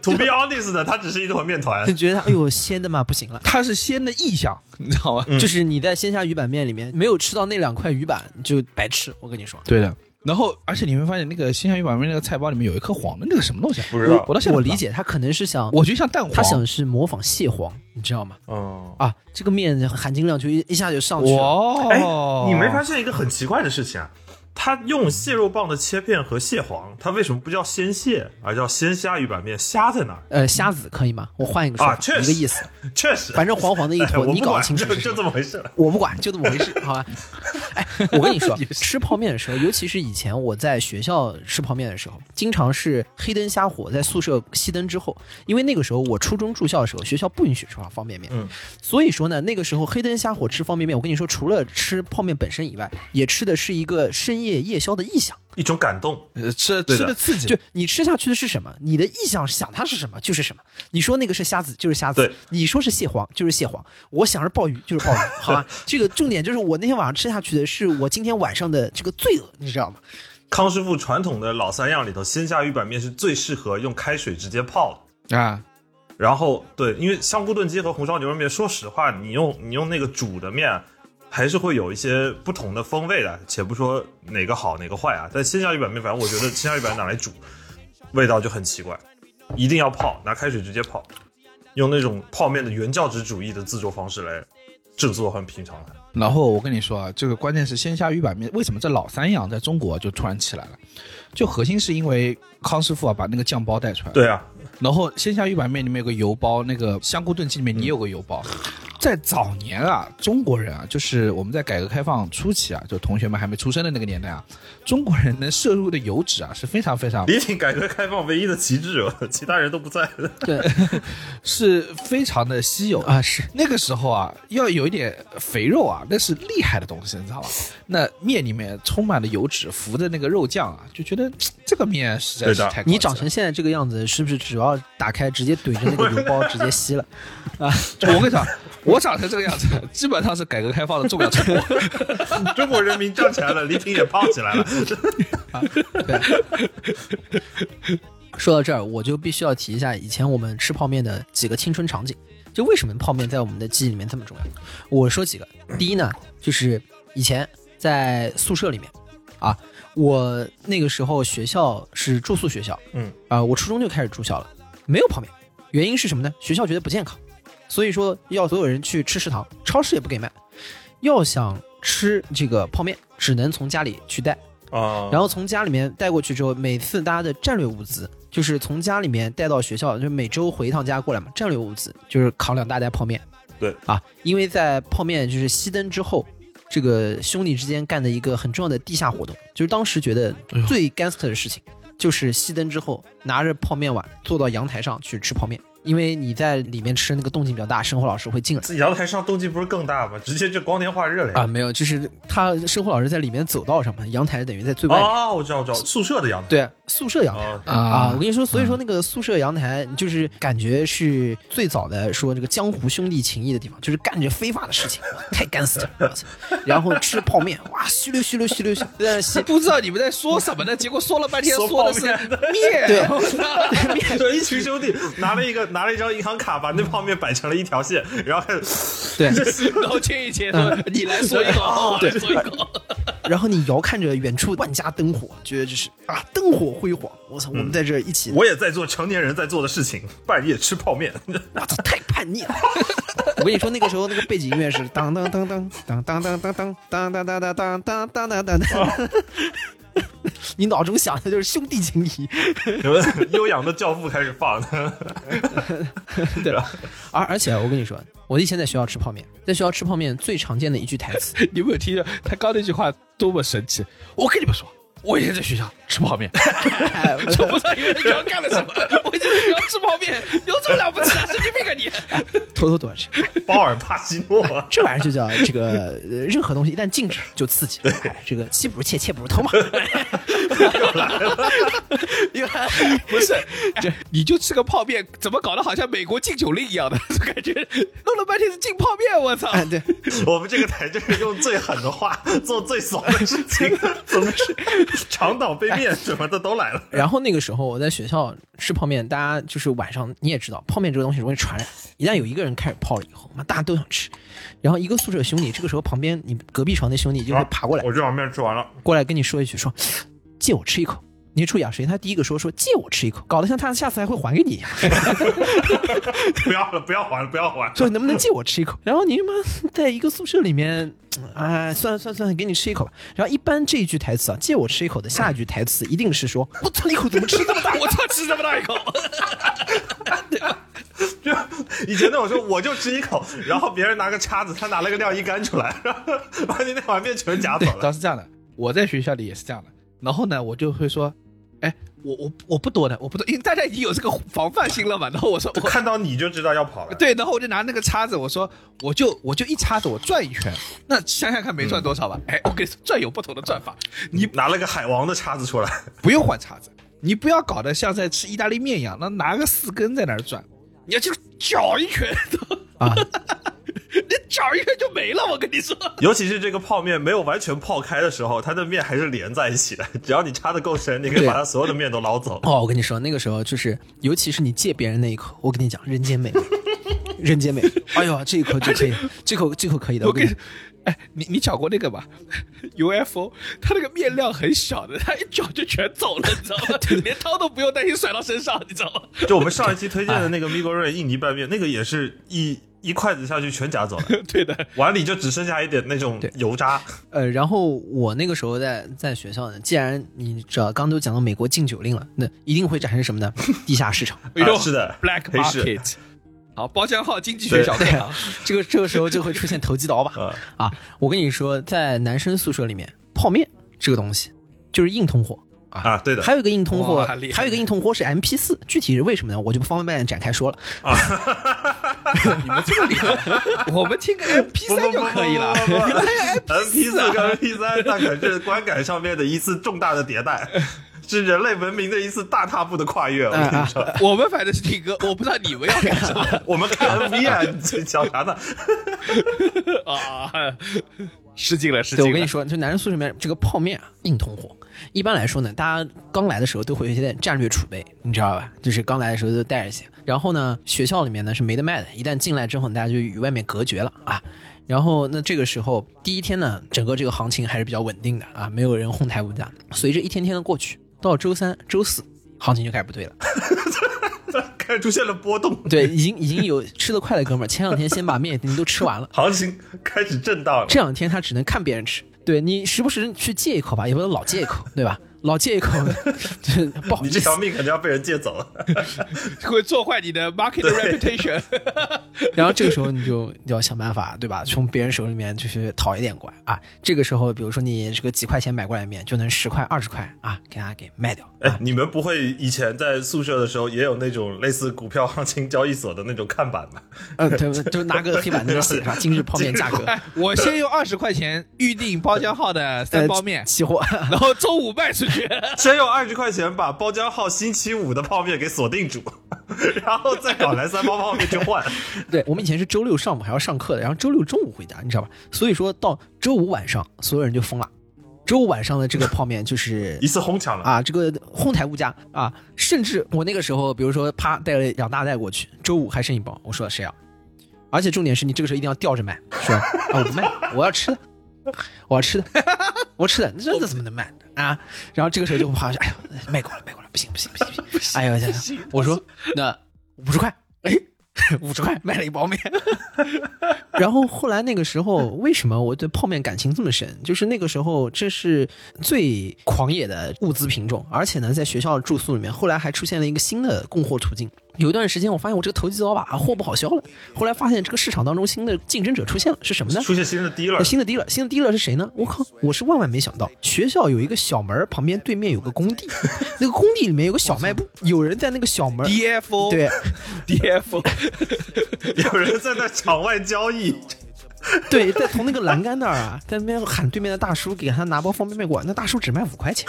[SPEAKER 5] To be honest，它只是一坨面团
[SPEAKER 4] 就。 觉得它哎呦鲜的嘛不行了。
[SPEAKER 3] 它是鲜的意象，你知道
[SPEAKER 5] 嗯
[SPEAKER 3] 吗？
[SPEAKER 4] 就是你在鲜虾鱼板面里面没有吃到那两块鱼板，你就白吃。我跟你说，
[SPEAKER 3] 对的。然后而且你会发现那个鲜香鱼板面那个菜包里面有一颗黄的那个什么东西啊，
[SPEAKER 5] 不知道
[SPEAKER 3] 我我到现在
[SPEAKER 4] 我
[SPEAKER 3] 不知道
[SPEAKER 4] 理，解他可能是想，
[SPEAKER 3] 我觉得像蛋黄，
[SPEAKER 4] 他想是模仿蟹黄，你知道吗？
[SPEAKER 5] 嗯，
[SPEAKER 4] 啊，这个面含金量就一一下就上去了。
[SPEAKER 5] 哎
[SPEAKER 3] 哇，，
[SPEAKER 4] 哦
[SPEAKER 5] 你没发现一个很奇怪的事情啊？他用蟹肉棒的切片和蟹黄，他为什么不叫鲜蟹，而叫鲜虾鱼板面？虾在哪儿？
[SPEAKER 4] 呃，虾子可以吗？我换一个说法，
[SPEAKER 5] 啊确实
[SPEAKER 4] 一个意思，
[SPEAKER 5] 确实，
[SPEAKER 4] 反正黄黄的一
[SPEAKER 5] 哎
[SPEAKER 4] 坨，
[SPEAKER 5] 我
[SPEAKER 4] 你
[SPEAKER 5] 不
[SPEAKER 4] 搞
[SPEAKER 5] 管，
[SPEAKER 4] 清
[SPEAKER 5] 就
[SPEAKER 4] 楚是什
[SPEAKER 5] 就
[SPEAKER 4] 么
[SPEAKER 5] 这么回事。
[SPEAKER 4] 我不管，就这么回事，好吧？ 哎，我跟你 说，吃泡面的时候，尤其是以前我在学校吃泡面的时候，经常是黑灯瞎火，在宿舍熄灯之后，因为那个时候我初中住校的时候，学校不允许吃方方便面，
[SPEAKER 5] 嗯
[SPEAKER 4] 所以说呢，那个时候黑灯瞎火吃方便面，我跟你说，除了吃泡面本身以外，也吃的是一个深夜夜宵的意象。
[SPEAKER 5] 一种感动，
[SPEAKER 3] 呃吃
[SPEAKER 5] 对
[SPEAKER 3] 吃
[SPEAKER 5] 的
[SPEAKER 3] 的刺激，
[SPEAKER 4] 就你吃下去的是什么，你的意向想它是什么就是什么。你说那个是虾子就是虾子
[SPEAKER 5] 对，
[SPEAKER 4] 你说是蟹黄就是蟹黄，我想是鲍鱼就是鲍鱼，好吧？这个重点就是我那天晚上吃下去的是我今天晚上的这个罪恶，你知道吗？
[SPEAKER 5] 康师傅传统的老三样里头，鲜虾鱼板面是最适合用开水直接泡的。
[SPEAKER 3] 啊，
[SPEAKER 5] 然后对，因为香菇炖鸡和红烧牛肉面，说实话，你用你用那个煮的面，还是会有一些不同的风味的。且不说哪个好哪个坏啊，但鲜虾鱼板面，反正我觉得鲜虾鱼板拿来煮，味道就很奇怪，一定要泡，拿开水直接泡，用那种泡面的原教旨主义的制作方式来制作很平常的。
[SPEAKER 3] 然后我跟你说啊，这个关键是鲜虾鱼板面，为什么这老三样在中国就突然起来了？就核心是因为康师傅啊把那个酱包带出来，，
[SPEAKER 5] 对啊，
[SPEAKER 3] 然后鲜虾鱼板面里面有个油包，那个香菇炖鸡里面也有个油包。在早年啊，中国人啊，就是我们在改革开放初期啊，就同学们还没出生的那个年代啊，中国人能摄入的油脂啊是非常非常
[SPEAKER 5] 李挺改革开放唯一的旗帜，其他人都不在。
[SPEAKER 4] 对
[SPEAKER 3] 是非常的稀有的
[SPEAKER 4] 啊，是
[SPEAKER 3] 那个时候啊，要有一点肥肉啊，那是厉害的东西，你知道吧？那面里面充满了油脂，浮的那个肉酱啊，就觉得嘖这个面实在
[SPEAKER 5] 对
[SPEAKER 3] 是
[SPEAKER 5] 的
[SPEAKER 3] 太高级了
[SPEAKER 4] 你长成现在这个样子，是不是只要打开直接怼着那个油包直接吸了？
[SPEAKER 3] 我跟你讲，我长成这个样子，基本上是改革开放的重要成 果。
[SPEAKER 5] 中国人民站起来了，李挺也胖起来了。
[SPEAKER 4] 说到这儿，我就必须要提一下以前我们吃泡面的几个青春场景。就为什么泡面在我们的记忆里面这么重要？我说几个，第一呢，就是以前在宿舍里面，啊，我那个时候学校是住宿学校，
[SPEAKER 5] 嗯，
[SPEAKER 4] 啊、我初中就开始住校了，没有泡面，原因是什么呢？学校觉得不健康，所以说要所有人去吃食堂，超市也不给卖，要想吃这个泡面，只能从家里去带。
[SPEAKER 5] 啊、
[SPEAKER 4] 然后从家里面带过去之后，每次大家的战略物资就是从家里面带到学校，就每周回一趟家过来嘛。战略物资就是扛两大袋泡面。
[SPEAKER 5] 对
[SPEAKER 4] 啊，因为在泡面就是熄灯之后，这个兄弟之间干的一个很重要的地下活动，就是当时觉得最 gangster 的事情，就是熄灯之后拿着泡面碗坐到阳台上去吃泡面，因为你在里面吃那个动静比较大，生活老师会进来。
[SPEAKER 5] 这阳台上动静不是更大吗？直接就光天化日了呀！
[SPEAKER 4] 啊，没有，就是他生活老师在里面走道上嘛，阳台等于在最外面。
[SPEAKER 5] 哦，我知道，我知道，宿舍的阳台。
[SPEAKER 4] 对，宿舍阳台。
[SPEAKER 5] 哦，
[SPEAKER 4] 啊，我跟你说，所以说那个宿舍阳台就是感觉是最早的说这个江湖兄弟情谊的地方，就是干着非法的事情，哇太干死了，我操然后吃泡面，哇，吸溜吸溜吸溜吸，对 吸
[SPEAKER 3] 不知道你们在说什么呢？结果说了半天，
[SPEAKER 5] 说
[SPEAKER 3] 说的是面。
[SPEAKER 4] 对
[SPEAKER 3] 我操
[SPEAKER 5] 对，一群兄弟拿了一个拿了一张银行卡，把那泡面摆成了一条线，然后开始
[SPEAKER 4] 对，
[SPEAKER 3] 然后亲一亲，说
[SPEAKER 4] 嗯
[SPEAKER 3] 你来说一口，对，说一口。
[SPEAKER 4] 然后你遥看着远处万家灯火，觉得这是啊灯火辉煌，我操，我们在这儿一起，
[SPEAKER 5] 嗯我也在做成年人在做的事情，半夜吃泡面。
[SPEAKER 4] 我操，太叛逆了。我跟你说，那个时候那个背景音乐是当当当当当当当当当当当当当当当当当当当，你脑中想的就是兄弟情谊。
[SPEAKER 5] 有没有悠扬的教父开始放的，
[SPEAKER 4] 对吧？而而且我跟你说，我以前在学校吃泡面，在学校吃泡面最常见的一句台词，
[SPEAKER 3] 你有没有听到他刚那句话多么神奇？我跟你们说，我以前在学校吃泡面，就不知道你们在学校干了什么。我以前在学校吃泡面，有什么了不起的？神经病啊你！
[SPEAKER 4] 偷偷躲着吃。
[SPEAKER 5] 鲍尔帕西诺。
[SPEAKER 4] 这玩意儿就叫这个，呃任何东西一旦禁止就刺激，哎这个妻不如妾，妾不如偷 嘛。 又来了，
[SPEAKER 3] 不是，这你就吃个泡面，怎么搞得好像美国禁酒令一样的？就感觉弄了半天是禁泡面，我操！
[SPEAKER 4] 哎，对，
[SPEAKER 5] 我们这个台就是用最狠的话做最怂的事情，怎么是长岛杯面什么的都来了。
[SPEAKER 4] 然后那个时候我在学校吃泡面，大家就是晚上你也知道，泡面这个东西容易传染，一旦有一个人开始泡了以后，妈大家都想吃。然后一个宿
[SPEAKER 5] 啊
[SPEAKER 4] 舍兄弟，这个时候旁边你隔壁床那兄弟就会爬过来，
[SPEAKER 5] 我这碗面吃完了，
[SPEAKER 4] 过来跟你说一句说，借我吃一口。你注意啊，首先他第一个说说借我吃一口，搞得像他下次还会还给你一样，
[SPEAKER 5] 不要了，不要还了，不要还了。
[SPEAKER 4] 说能不能借我吃一口？然后你他妈在一个宿舍里面，哎，算了算了算了，给你吃一口吧。然后一般这一句台词啊，借我吃一口的下一句台词一定是说，我操，一口怎么吃这么大？我操，吃这么大一口！
[SPEAKER 5] 就以前那种说我就吃一口，然后别人拿个叉子，他拿了个晾衣杆出来，然后把你那碗面全夹走
[SPEAKER 3] 对，
[SPEAKER 5] 了。
[SPEAKER 3] 当时这样的，我在学校里也是这样的。然后呢，我就会说，哎，我我我不多的，我不多，因为大家已经有这个防范心了嘛。然后我说，我
[SPEAKER 5] 看到你就知道要跑了。
[SPEAKER 3] 对，然后我就拿那个叉子，我说我就我就一叉子我转一圈，那想想看没转多少吧？哎，我跟你说，转有不同的转法，
[SPEAKER 5] 你拿了个海王的叉子出来，
[SPEAKER 3] 不用换叉子，你不要搞得像在吃意大利面一样，那拿个四根在那儿转，你要就搅一圈
[SPEAKER 4] 啊，
[SPEAKER 3] 你搅一圈就没了。我跟你说，
[SPEAKER 5] 尤其是这个泡面没有完全泡开的时候，它的面还是连在一起的。只要你叉的够深，你可以把它所有的面都 捞走。
[SPEAKER 4] 哦，我跟你说，那个时候就是，尤其是你借别人那一口，我跟你讲，人间美味， 人间美味。哎呦，这一口就可 以，这口这口可以的。
[SPEAKER 3] 我
[SPEAKER 4] 我
[SPEAKER 3] 跟
[SPEAKER 4] 跟你
[SPEAKER 3] 你说，哎，你你搅过那个吧？UFO，它那个面量很小的，它一搅就全走了，你知道吗？连汤都不用担心甩到身上，你知道吗？
[SPEAKER 5] 就我们上一期推荐的那个 Migo 瑞印尼拌面，那个也是一一筷子下去全夹走了，
[SPEAKER 3] 对的，
[SPEAKER 5] 碗里就只剩下一点那种油渣。
[SPEAKER 4] 呃，然后我那个时候在在学校呢，既然你知道刚都讲到美国禁酒令了，那一定会产生什么呢？地下市场。
[SPEAKER 3] 哎呦
[SPEAKER 5] 啊是的
[SPEAKER 3] ，Black
[SPEAKER 5] 黑市
[SPEAKER 3] Market。好，包厢号经济学小课堂，
[SPEAKER 4] 这个这个时候就会出现投机倒把
[SPEAKER 5] 啊
[SPEAKER 4] 啊！我跟你说，在男生宿舍里面，泡面这个东西就是硬通货。
[SPEAKER 5] 啊，对的
[SPEAKER 4] 还有一个硬通货，
[SPEAKER 3] 哇厉害
[SPEAKER 4] 还有一个硬通货是 MP 四，具体是为什么呢？我就不方便展开说了。
[SPEAKER 3] 你们这个理论，我们听个 MP 三就可以了。
[SPEAKER 5] 不不不不不
[SPEAKER 3] 你们还有
[SPEAKER 5] ，M P 四跟 M P 三，那可是观感上面的一次重大的迭代，是人类文明的一次大踏步的跨越。我跟你说，
[SPEAKER 3] MP，我们反正是听歌，我不知道你们要干什么
[SPEAKER 5] 我们看 M V 啊，你这讲啥呢？
[SPEAKER 3] 啊。失敬了，失
[SPEAKER 4] 对，
[SPEAKER 3] 敬了。
[SPEAKER 4] 我跟你说，就男生宿舍里面这个泡面啊，硬通货。一般来说呢，大家刚来的时候都会有一些战略储备，你知道吧？就是刚来的时候都带着些。然后呢，学校里面呢是没得卖的，一旦进来之后，大家就与外面隔绝了啊。然后那这个时候第一天呢，整个这个行情还是比较稳定的啊，没有人哄抬物价。随着一天天的过去，到周三、周四，行情就开始不对了。
[SPEAKER 5] 开始出现了波动，
[SPEAKER 4] 对，已经已经有吃得快的哥们儿，前两天先把面已经都吃完了。
[SPEAKER 5] 行情开始震荡了。
[SPEAKER 4] 这两天他只能看别人吃。对你时不时去借一口吧，也不能老借一 口，对吧？老借一口，这不好
[SPEAKER 5] 你
[SPEAKER 4] 意
[SPEAKER 5] 这
[SPEAKER 4] 思
[SPEAKER 5] 条。命肯定要被人借走了。
[SPEAKER 3] 会做坏你的 market reputation。
[SPEAKER 4] 然后这个时候你就要想办法，对吧？从别人手里面就是讨一点过来啊。这个时候，比如说你这个几块钱买过来的面，就能十块、二十块啊，给他给卖掉。
[SPEAKER 5] 哎，你们不会以前在宿舍的时候也有那种类似股票行情交易所的那种看板吧？
[SPEAKER 4] 嗯，对，就拿个黑板在那写 上今日泡面价格，
[SPEAKER 3] 哎，我先用二十块钱预定包浆号的三包面
[SPEAKER 4] 呃，期货。
[SPEAKER 3] 然后周五卖出去。
[SPEAKER 5] 先用二十块钱把包浆号星期五的泡面给锁定住，然后再搞来三包泡面去换。
[SPEAKER 4] 对我们以前是周六上午还要上课的，然后周六中午回家，你知道吧？所以说到周五晚上，所有人就疯了。周五晚上的这个泡面就是
[SPEAKER 5] 一次哄抢了，
[SPEAKER 4] 啊，这个哄抬物价啊，甚至我那个时候，比如说啪带了两大袋过去，周五还剩一包，我说谁要？而且重点是你这个时候一定要吊着卖，说啊我不卖，我要吃的，我要吃的，我要吃的，这这怎么能卖啊？然后这个时候就怕，哎呦，卖过了，卖过了，不行不行不行不行，哎呦，这我说那五十块，哎。五十块 卖了一包面，然后后来那个时候，为什么我对泡面感情这么深？就是那个时候，这是最狂野的物资品种，而且呢，在学校住宿里面，后来还出现了一个新的供货途径。有一段时间，我发现我这个投机倒把啊货不好销了。后来发现这个市场当中新的竞争者出现了，是什么呢？
[SPEAKER 5] 出现新的低了
[SPEAKER 4] 那。 新的低了，新的低了是谁呢？我靠，我是万万没想到，学校有一个小门儿旁边对面有个工地，那个工地里面有个小卖部，有人在那个小门儿
[SPEAKER 3] DFO
[SPEAKER 4] 对
[SPEAKER 3] DFO，
[SPEAKER 5] 有人在那场外交易，
[SPEAKER 4] 对，在从那个栏杆那儿啊，在那边喊对面的大叔给他拿包方便面过来，那大叔只卖五块钱。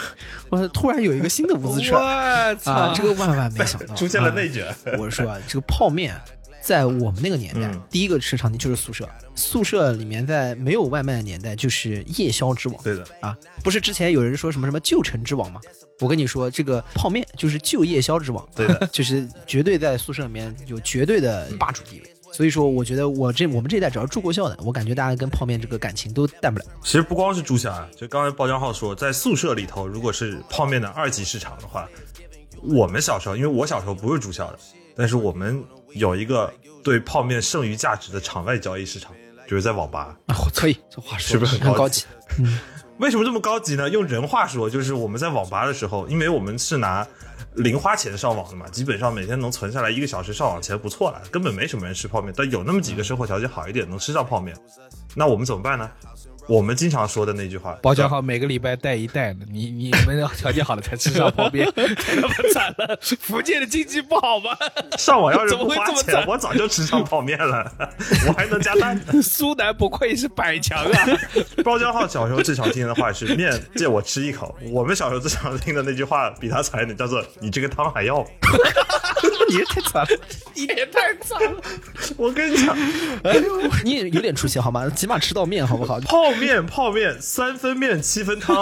[SPEAKER 4] 我突然有一个新的物资出来
[SPEAKER 3] 我
[SPEAKER 4] 啊
[SPEAKER 3] 操，，
[SPEAKER 4] 这个万万没想到
[SPEAKER 5] 出现了内卷。
[SPEAKER 4] 啊我说啊，这个泡面啊。在我们那个年代，
[SPEAKER 5] 嗯
[SPEAKER 4] 第一个吃场景就是宿舍，宿舍里面在没有外卖的年代，就是夜宵之王。
[SPEAKER 5] 对的，
[SPEAKER 4] 啊，不是之前有人说什么什么旧城之王吗？我跟你说，这个泡 面就是旧夜宵之王，
[SPEAKER 5] 对的，
[SPEAKER 4] 就是绝对在宿舍里面有绝对的霸主地位。所以说，我觉得我这我们这一代只要住过校的，我感觉大家跟泡面这个感情都淡不了。
[SPEAKER 5] 其实不光是住校，就刚才包江浩说，在宿舍里头，如果是泡面的二级市场的话，我们小时候，因为我小时候不是住校的，但是我们有一个对泡面剩余价值的场外交易市场，就是在网吧。
[SPEAKER 4] 啊，可以，这话说
[SPEAKER 5] 是不是
[SPEAKER 4] 的很
[SPEAKER 5] 很高
[SPEAKER 4] 高
[SPEAKER 5] 级
[SPEAKER 4] 级？
[SPEAKER 5] 为什么这么高级呢？用人话说，就是我们在网吧的时候，因为我们是拿零花钱上网的嘛，基本上每天能存下来一个小时上网钱不错了，根本没什么人吃泡面。但有那么几个生活条件好一点能吃上泡面， 那我们怎么办呢？我们经常说的那句话，
[SPEAKER 3] 包浆号每个礼拜带一袋的，你你们条件好了才吃上泡 面，太他妈惨了！福建的经济不好吗？
[SPEAKER 5] 上网要是
[SPEAKER 3] 怎
[SPEAKER 5] 不
[SPEAKER 3] 么会
[SPEAKER 5] 花
[SPEAKER 3] 这么
[SPEAKER 5] 钱
[SPEAKER 3] 惨，
[SPEAKER 5] 我早就吃上泡面了，我还能加蛋呢。
[SPEAKER 3] 苏南不愧是百强啊！
[SPEAKER 5] 包浆浩小时候最常听的话是“面借我吃一口”，我们小时候最常听的那句话比他惨一点，叫做“你这个汤还要吗
[SPEAKER 4] 你这太惨了，
[SPEAKER 3] 你也太惨了。”。
[SPEAKER 5] 我跟你讲，
[SPEAKER 4] 你也有点出息好吗？起码吃到面好不好？
[SPEAKER 5] 泡面泡面三分面七 分汤，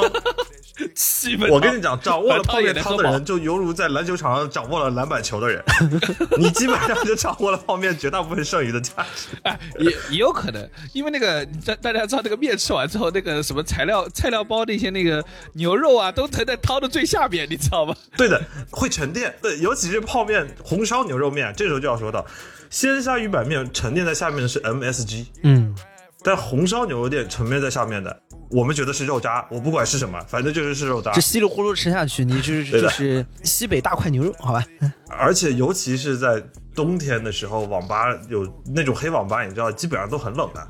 [SPEAKER 3] 气氛。
[SPEAKER 5] 我跟你讲，掌握了
[SPEAKER 3] 把
[SPEAKER 5] 泡
[SPEAKER 3] 汤也
[SPEAKER 5] 面
[SPEAKER 3] 能
[SPEAKER 5] 汤
[SPEAKER 3] 喝
[SPEAKER 5] 的
[SPEAKER 3] 饱
[SPEAKER 5] 人，就犹如在篮球场上掌握了篮板球的人， 你基本上就掌握了泡面绝大部分剩余的价值。
[SPEAKER 3] 哎，也也有可能，因为那个大大家知道，那个面吃完之后，那个什么材料菜料包那些那个牛肉啊，都腾在汤的最下面，你知道吗？
[SPEAKER 5] 对的，会沉淀。对，尤其是泡面、红烧牛肉面，这时候就要说到，鲜虾鱼板面沉淀在下面的是 MSG，
[SPEAKER 4] 嗯，
[SPEAKER 5] 但红烧牛肉店沉淀在下面的，我们觉得是肉渣，我不管是什么，反正就是是肉渣
[SPEAKER 4] 这。稀里糊涂吃下去，你就是
[SPEAKER 5] 对的
[SPEAKER 4] 就是西北大块牛肉，好吧？
[SPEAKER 5] 而且尤其是在冬天的时候，网吧有那种黑网吧，你知道，基本上都很冷的，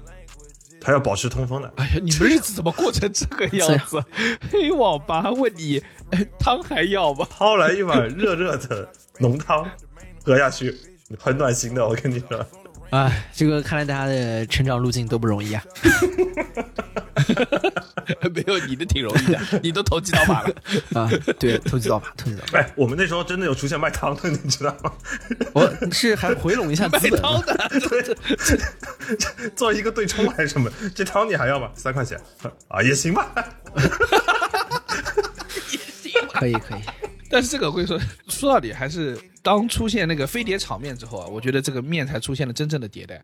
[SPEAKER 5] 它要保持通风的。
[SPEAKER 3] 哎呀， 你们日子怎么过成这个样 子？黑网吧问你、哎汤还要吗？
[SPEAKER 5] 掏来一碗热热的浓汤，喝下去很暖心的，我跟你说。
[SPEAKER 4] 哎，这个看来大家的成长路径都不容易啊。
[SPEAKER 3] 没有，你的挺容易 的，你都投机倒把了。
[SPEAKER 4] 啊，对，投机倒把，投机倒把。
[SPEAKER 5] 哎，我们那时候真的有出现卖汤的，你知道吗？
[SPEAKER 4] 我是还回笼一下资
[SPEAKER 3] 卖
[SPEAKER 4] 本，
[SPEAKER 3] 汤的，
[SPEAKER 5] 做一个对冲还是什么？这汤你还要吗？三块钱啊，也行吧。
[SPEAKER 4] 可以
[SPEAKER 5] 啊
[SPEAKER 4] 可以。
[SPEAKER 3] 但是这个我跟你说，说到底还是当出现那个飞碟炒面之后啊，我觉得这个面才出现了真正的迭代。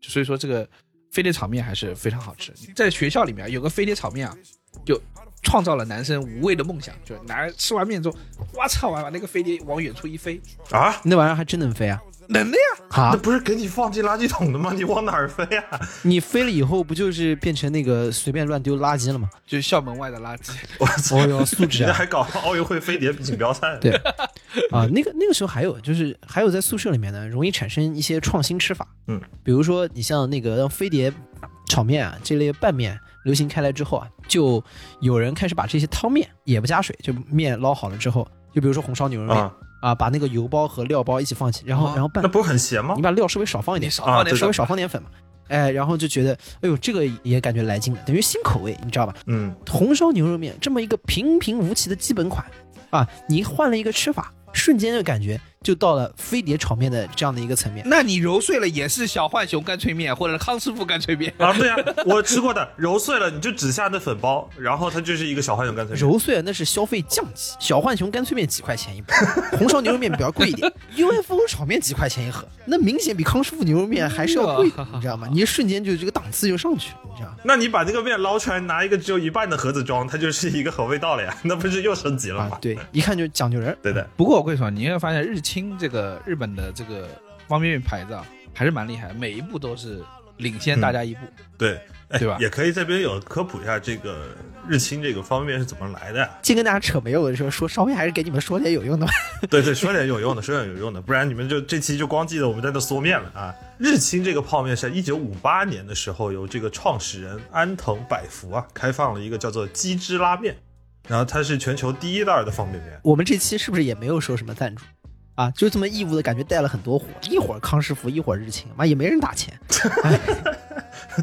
[SPEAKER 3] 就所以说，这个飞碟炒面还是非常好吃。在学校里面啊有个飞碟炒面啊，就创造了男生无畏的梦想，就是拿吃完面之后，哇操完把那个飞碟往远处一飞，
[SPEAKER 5] 啊，
[SPEAKER 4] 那玩意儿还真能飞啊！
[SPEAKER 3] 能的呀！
[SPEAKER 5] 那
[SPEAKER 4] 啊，
[SPEAKER 5] 不是给你放进垃圾桶的吗？你往哪儿飞啊呀、
[SPEAKER 4] 你飞了以后不就是变成那个随便乱丢垃圾 了吗？
[SPEAKER 3] 就是校门外的垃圾，
[SPEAKER 5] 我操！
[SPEAKER 4] 哦哟素质啊
[SPEAKER 5] 人家还搞奥运会飞碟锦标赛，
[SPEAKER 4] 对，啊，那个那个时候还有就是还有在宿舍里面呢，容易产生一些创新吃法，
[SPEAKER 5] 嗯，
[SPEAKER 4] 比如说你像那个让飞碟炒面啊这类拌面流行开来之后啊，就有人开始把这些汤面也不加水，就面捞好了之后，就比如说红烧牛肉面、
[SPEAKER 5] 啊，
[SPEAKER 4] 啊，把那个油包和料包一起放起，然后、
[SPEAKER 3] 啊
[SPEAKER 4] 然后拌
[SPEAKER 5] 那，不是很咸吗
[SPEAKER 4] 你？把料稍微少放一
[SPEAKER 3] 你
[SPEAKER 4] 点，
[SPEAKER 3] 少
[SPEAKER 5] 啊
[SPEAKER 3] 放点
[SPEAKER 5] 对
[SPEAKER 4] 稍
[SPEAKER 3] 手
[SPEAKER 5] 的
[SPEAKER 4] 微少放点粉嘛。哎，然后就觉得，哎呦，这个也感觉来劲了，等于新口味，你知道吧？
[SPEAKER 5] 嗯，
[SPEAKER 4] 红烧牛肉面这么一个平平无奇的基本款啊，你换了一个吃法，瞬间就感觉就到了飞碟炒面的这样的一个层面。
[SPEAKER 3] 那你揉碎了也是小浣熊干脆面或者康师傅干脆面，
[SPEAKER 5] 啊，对呀、我吃过的，揉碎了你就只下那粉包，然后它就是一个小浣熊干脆面。
[SPEAKER 4] 揉碎了那是消费降级，小浣熊干脆面几块钱一包，红烧牛肉面比较贵一点，UFO 炒面几块钱一盒，那明显比康师傅牛肉面还是要贵的，你知道吗？你一瞬间就这个档次就上去了，你知道吗？啊
[SPEAKER 5] 那你把那个面捞出来，拿一个只有一半的盒子装，它就是一个好味道了呀， 那不是又升级了吗？
[SPEAKER 4] 啊，对，一看就讲究人儿。
[SPEAKER 5] 对的，
[SPEAKER 3] 不过我跟你说，你会发现日清这个日本的这个方便面牌子啊，还是蛮厉害，每一步都是领先大家一步。
[SPEAKER 5] 对，哎
[SPEAKER 3] 对吧
[SPEAKER 5] 也可以在这边有科普一下这个日清这个方便面是怎么来的呀。
[SPEAKER 4] 今天跟大家扯没有的时候说，稍微还是给你们说点有用的吧。
[SPEAKER 5] 对对，说点有用的，说点有用的，不然你们就这期就光记得我们在那缩面了啊！日清这个泡面是在一九五八年的时候，由这个创始人安藤百福啊，开放了一个叫做鸡汁拉面，然后它是全球第一袋儿的方便面。
[SPEAKER 4] 我们这期是不是也没有收什么赞助啊？就这么义务的感觉带了很多火，一会儿康师傅，一会儿日清，妈也没人打 钱。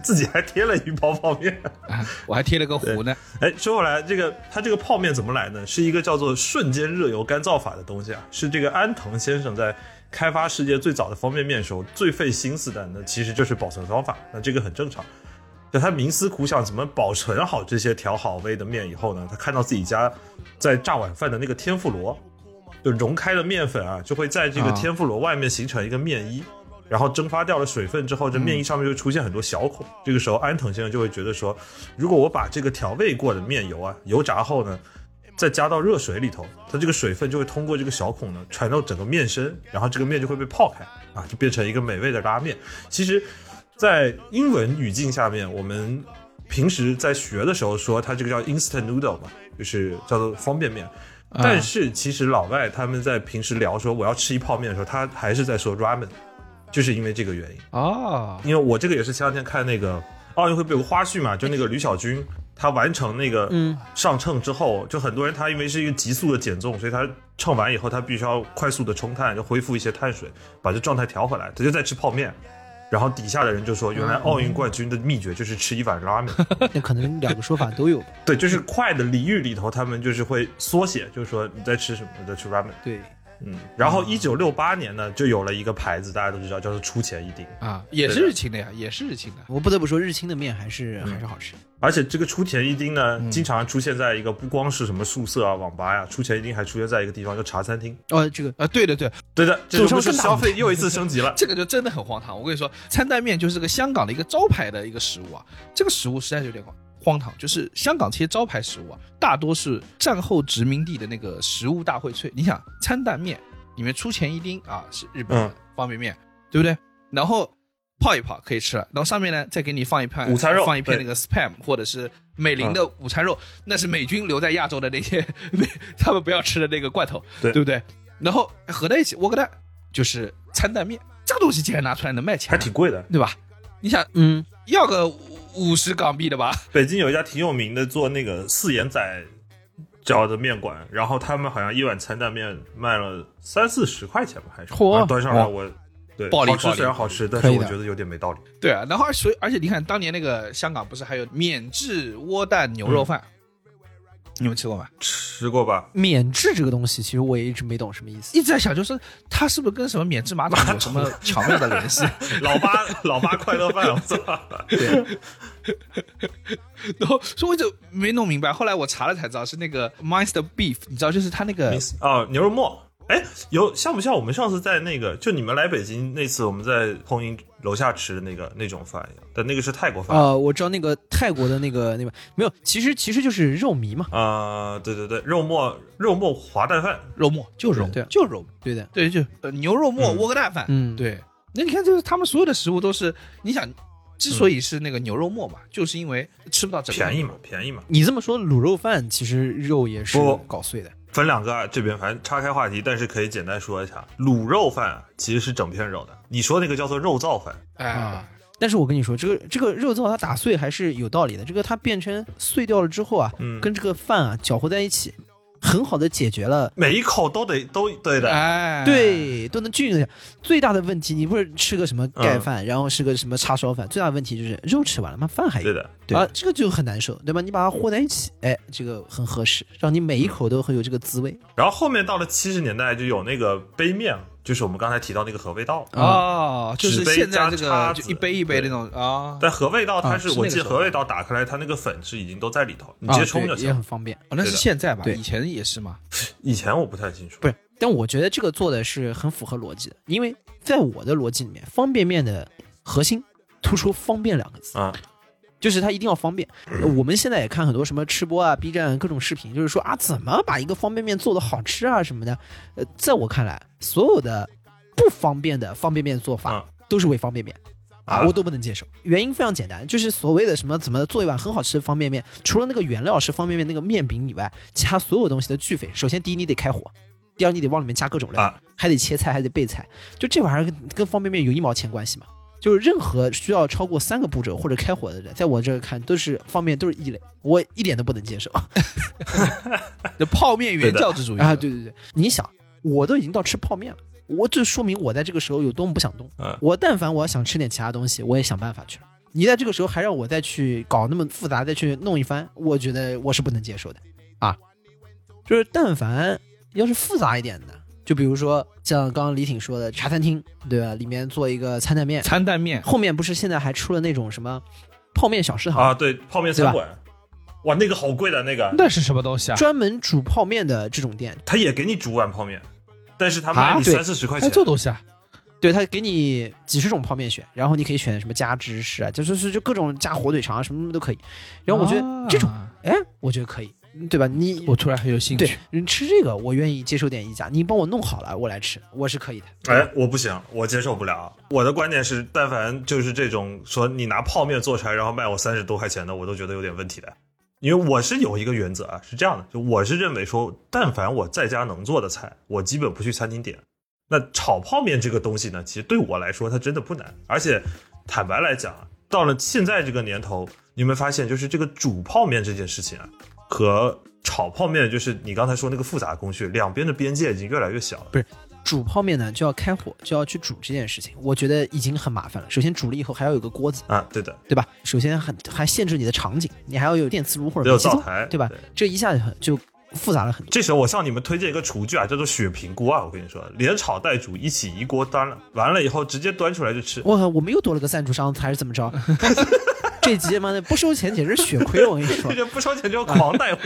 [SPEAKER 5] 自己还贴了一包泡面。
[SPEAKER 3] 啊，我还贴了个壶呢。
[SPEAKER 5] 哎，说回来，这个它这个泡面怎么来呢？是一个叫做瞬间热油干燥法的东西啊，是这个安藤先生在开发世界最早的方便面时候最费心思的呢，其实就是保存方法。那这个很正常。就他冥思苦想怎么保存好这些调好味的面以后呢，他看到自己家在炸晚饭的那个天妇罗，就融开的面粉啊，就会在这个
[SPEAKER 3] 啊
[SPEAKER 5] 天妇罗外面形成一个面衣。然后蒸发掉了水分之后，这面衣上面就会出现很多小孔。这个时候，安藤先生就会觉得说，如果我把这个调味过的面油啊油炸后呢，再加到热水里头，它这个水分就会通过这个小孔呢传到整个面身，然后这个面就会被泡开啊，就变成一个美味的拉面。其实，在英文语境下面，我们平时在学的时候说它这个叫 instant noodle 嘛，就是叫做方便面。但是其实老外他们在平时聊说我要吃一泡面的时候，他还是在说 ramen，就是因为这个原因。
[SPEAKER 3] 哦，
[SPEAKER 5] 因为我这个也是前两天看那个奥运会不有个花絮嘛，就那个吕小军他完成那个上秤之后，就很多人他因为是一个急速的减重，所以他秤完以后他必须要快速的冲碳，就恢复一些碳水，把这状态调回来，他就在吃泡面。然后底下的人就说，原来奥运冠军的秘诀就是吃一碗拉面。
[SPEAKER 4] 那可能两个说法都有吧。
[SPEAKER 5] 对，就是快的俚语里头，他们就是会缩写，就是说你在吃什么，我在吃 ramen。
[SPEAKER 4] 对，
[SPEAKER 5] 嗯，然后一九六八年呢，就有了一个牌子，大家都知道，叫做出前一丁。
[SPEAKER 3] 啊，也是日清的呀，也是日清的。
[SPEAKER 4] 我不得不说，日清的面还是、还是好吃。
[SPEAKER 5] 而且这个出前一丁
[SPEAKER 4] 嗯
[SPEAKER 5] 呢，经常出现在一个不光是什么宿舍啊、网吧呀、出前一丁还出现在一个地方叫茶餐厅。
[SPEAKER 4] 哦，这个
[SPEAKER 3] 啊，对的对，
[SPEAKER 5] 对的，这就
[SPEAKER 3] 走上
[SPEAKER 5] 是
[SPEAKER 3] 正道。
[SPEAKER 5] 消费又一次升 级了
[SPEAKER 3] 这个就真的很荒唐。我跟你说，餐蛋面就是个香港的一个招牌的一个食物啊，这个食物实在是有点荒荒唐。就是香港这些招牌食物啊，大多是战后殖民地的那个食物大荟萃。你想，餐蛋面里面出前一丁啊，是日本的
[SPEAKER 5] 嗯
[SPEAKER 3] 方便面，对不对？然后泡一泡可以吃了，然后上面呢再给你放一盘
[SPEAKER 5] 午餐肉
[SPEAKER 3] 放一片那
[SPEAKER 5] 对嗯
[SPEAKER 3] 个 spam 或者是美林的午餐肉，那是美军留在亚洲的那些 他们不要吃的那个罐头，
[SPEAKER 5] 对
[SPEAKER 3] 不对？然后合在一起，我给它就是餐蛋面，这个东西竟然拿出来能卖钱，
[SPEAKER 5] 还挺贵的。
[SPEAKER 3] 对吧？你想
[SPEAKER 4] 嗯，
[SPEAKER 3] 要个五十港币的吧？
[SPEAKER 5] 北京有一家挺有名的做那个四眼仔饺的面馆，然后他们好像一碗餐蛋面卖了三四十块钱吧，还是？
[SPEAKER 4] 嚯
[SPEAKER 5] 反正端上来我，对，
[SPEAKER 3] 暴利
[SPEAKER 5] 好吃
[SPEAKER 3] 暴利
[SPEAKER 5] 虽然好吃，但
[SPEAKER 4] 可
[SPEAKER 5] 是
[SPEAKER 4] 以
[SPEAKER 5] 我
[SPEAKER 4] 的
[SPEAKER 5] 觉得有点没道理。
[SPEAKER 3] 对啊，然后所以而且你看，当年那个香港不是还有免治窝蛋牛肉饭？你们吃过吗？
[SPEAKER 5] 吃过吧？
[SPEAKER 4] 免治这个东西，其实我也一直没懂什么意思。
[SPEAKER 3] 一直在想，就是它是不是跟什么免治马桶有什么巧妙的联 系？
[SPEAKER 5] 老八老八快乐饭，我操！
[SPEAKER 3] 然后所以我就没弄明白。后来我查了才知道是那个 Monster Beef，你知道，就是它那个
[SPEAKER 5] 啊，牛肉末。哎，有像不像我们上次在那个，就你们来北京那次，我们在碰音楼下吃的那个那种饭一样？但那个是泰国饭啊、
[SPEAKER 4] 呃，我知道那个泰国的那个那个没有，其实其实就是肉糜嘛，
[SPEAKER 5] 啊对对对，肉末肉末滑蛋饭，
[SPEAKER 3] 肉末，就是肉末，
[SPEAKER 4] 对
[SPEAKER 3] 就是肉末。
[SPEAKER 4] 对的，
[SPEAKER 3] 对，就、呃、牛肉末
[SPEAKER 5] 嗯
[SPEAKER 3] 窝个蛋饭。
[SPEAKER 4] 嗯
[SPEAKER 3] 对。那你看，就是他们所有的食物都是，你想，之所以是那个牛肉末嘛，就是因为吃不到整个
[SPEAKER 5] 便宜嘛，便宜嘛。
[SPEAKER 4] 你这么说，卤肉饭其实肉也是
[SPEAKER 5] 不
[SPEAKER 4] 搞碎的。
[SPEAKER 5] 分两个啊，这边反正岔开话题，但是可以简单说一下，卤肉饭啊其实是整片肉的，你说那个叫做肉燥饭，
[SPEAKER 3] 哎、
[SPEAKER 4] 啊但是我跟你说，这个这个肉燥它打碎还是有道理的。这个它变成碎掉了之后啊，
[SPEAKER 5] 嗯
[SPEAKER 4] 跟这个饭啊搅和在一起，很好的解决了。
[SPEAKER 5] 每一口都得都对的，
[SPEAKER 3] 哎，，
[SPEAKER 4] 对，都能均匀的。最大的问题，你不是吃个什
[SPEAKER 5] 嗯
[SPEAKER 4] 么盖饭，然后吃个什么叉烧饭，最大的问题就是肉吃完了，妈饭还有
[SPEAKER 5] 对的。
[SPEAKER 4] 对啊，这个就很难受，对吧？你把它和在一起，哎，这个很合适，让你每一口都会有这个滋味。
[SPEAKER 5] 然后后面到了七十年代就有那个杯面，就是我们刚才提到那个和味道，
[SPEAKER 4] 嗯
[SPEAKER 3] 哦，就是
[SPEAKER 5] 纸杯
[SPEAKER 3] 现在
[SPEAKER 5] 加
[SPEAKER 3] 这个
[SPEAKER 5] 叉
[SPEAKER 3] 就
[SPEAKER 5] 子
[SPEAKER 3] 一杯一杯那种啊。
[SPEAKER 5] 但和味道
[SPEAKER 3] 啊
[SPEAKER 5] 它是、
[SPEAKER 3] 是那个
[SPEAKER 5] 我记得
[SPEAKER 3] 时候
[SPEAKER 5] 和味道打开来，它那个粉是已经都在里头，你
[SPEAKER 4] 啊
[SPEAKER 5] 直接冲就
[SPEAKER 4] 对也
[SPEAKER 5] 行。
[SPEAKER 4] 很方便。
[SPEAKER 3] 哦，那
[SPEAKER 5] 对
[SPEAKER 3] 是
[SPEAKER 5] 的
[SPEAKER 3] 现在吧？
[SPEAKER 4] 对
[SPEAKER 3] 以前也是嘛。
[SPEAKER 5] 以前我不太清楚，
[SPEAKER 4] 不是，但我觉得这个做的是很符合逻辑的，因为在我的逻辑里面，方便面的核心突出“方便”两个字，
[SPEAKER 5] 啊，
[SPEAKER 4] 就是它一定要方便。我们现在也看很多什么吃播啊、B 站各种视频，就是说啊，怎么把一个方便面做的好吃啊什么的。呃，在我看来，所有的不方便的方便面做法
[SPEAKER 5] 啊
[SPEAKER 4] 都是为方便面。啊，
[SPEAKER 5] 啊
[SPEAKER 4] 我都不能接受。原因非常简单，就是所谓的什么怎么做一碗很好吃的方便面，除了那个原料是方便面那个面饼以外，其他所有东西的巨费。首先，第一你得开火，第二你得往里面加各种料，
[SPEAKER 5] 啊
[SPEAKER 4] 还得切菜，还得备菜，就这玩意儿跟跟方便面有一毛钱关系吗？就是任何需要超过三个步骤或者开火的人，在我这儿看都是方便面都是异类，我一点都不能接受
[SPEAKER 3] 那泡面原教旨主义
[SPEAKER 4] 啊！，对对对，你想，我都已经到吃泡面了，我这说明我在这个时候有多么不想动。
[SPEAKER 5] 嗯
[SPEAKER 4] 我但凡我要想吃点其他东西，我也想办法去了。你在这个时候还让我再去搞那么复杂，再去弄一番，我觉得我是不能接受的啊！就是但凡要是复杂一点的，就比如说像刚刚李挺说的茶餐厅，对吧？里面做一个餐蛋面，
[SPEAKER 3] 餐蛋面
[SPEAKER 4] 后面不是现在还出了那种什么泡面小食堂，
[SPEAKER 5] 啊，对，泡面餐馆，哇，那个好贵的那个，
[SPEAKER 3] 那是什么东西啊？
[SPEAKER 4] 专门煮泡面的这种店，
[SPEAKER 5] 他也给你煮碗泡面，但是他卖
[SPEAKER 3] 啊
[SPEAKER 5] 你
[SPEAKER 4] 对
[SPEAKER 5] 三四十块
[SPEAKER 3] 哎，
[SPEAKER 5] 钱，
[SPEAKER 3] 这东西啊，
[SPEAKER 4] 对他给你几十种泡面选，然后你可以选什么加芝士啊，就是是就各种加火腿肠啊，什么什么都可以。然后我觉得这种，哎、我觉得可以，对吧？你
[SPEAKER 3] 啊我突然很有兴
[SPEAKER 4] 对
[SPEAKER 3] 趣。
[SPEAKER 4] 你吃这个，我愿意接受点溢价，你帮我弄好了，我来吃，我是可以的。
[SPEAKER 5] 哎，我不行，我接受不了。我的观点是，但凡就是这种说你拿泡面做出来，然后卖我三十多块钱的，我都觉得有点问题的。因为我是有一个原则啊，是这样的，就我是认为说，但凡我在家能做的菜，我基本不去餐厅点。那炒泡面这个东西呢，其实对我来说它真的不难，而且坦白来讲啊，到了现在这个年头，你有没有发现，就是这个煮泡面这件事情啊，和炒泡面就是你刚才说那个复杂工序，两边的边界已经越来越小了。
[SPEAKER 4] 煮泡面呢，就要开火，就要去煮这件事情，我觉得已经很麻烦了。首先煮了以后还要有个锅子，
[SPEAKER 5] 啊，对的，
[SPEAKER 4] 对吧？首先很还限制你的场景，你还要有电磁炉或者
[SPEAKER 5] 得有
[SPEAKER 4] 煤气
[SPEAKER 5] 灶
[SPEAKER 4] 灶
[SPEAKER 5] 台
[SPEAKER 4] 对吧？
[SPEAKER 5] 对
[SPEAKER 4] 这一下就很就复杂了很多。
[SPEAKER 5] 这时候我向你们推荐一个厨具啊，叫做雪平锅啊。我跟你说，连炒带煮一起一锅端了，完了以后直接端出来就吃。
[SPEAKER 4] 我靠，我们又多了个赞助商，还是 怎么着？这集妈的不收钱简直是血亏，我跟你说
[SPEAKER 5] 这。就不收钱就狂带 货，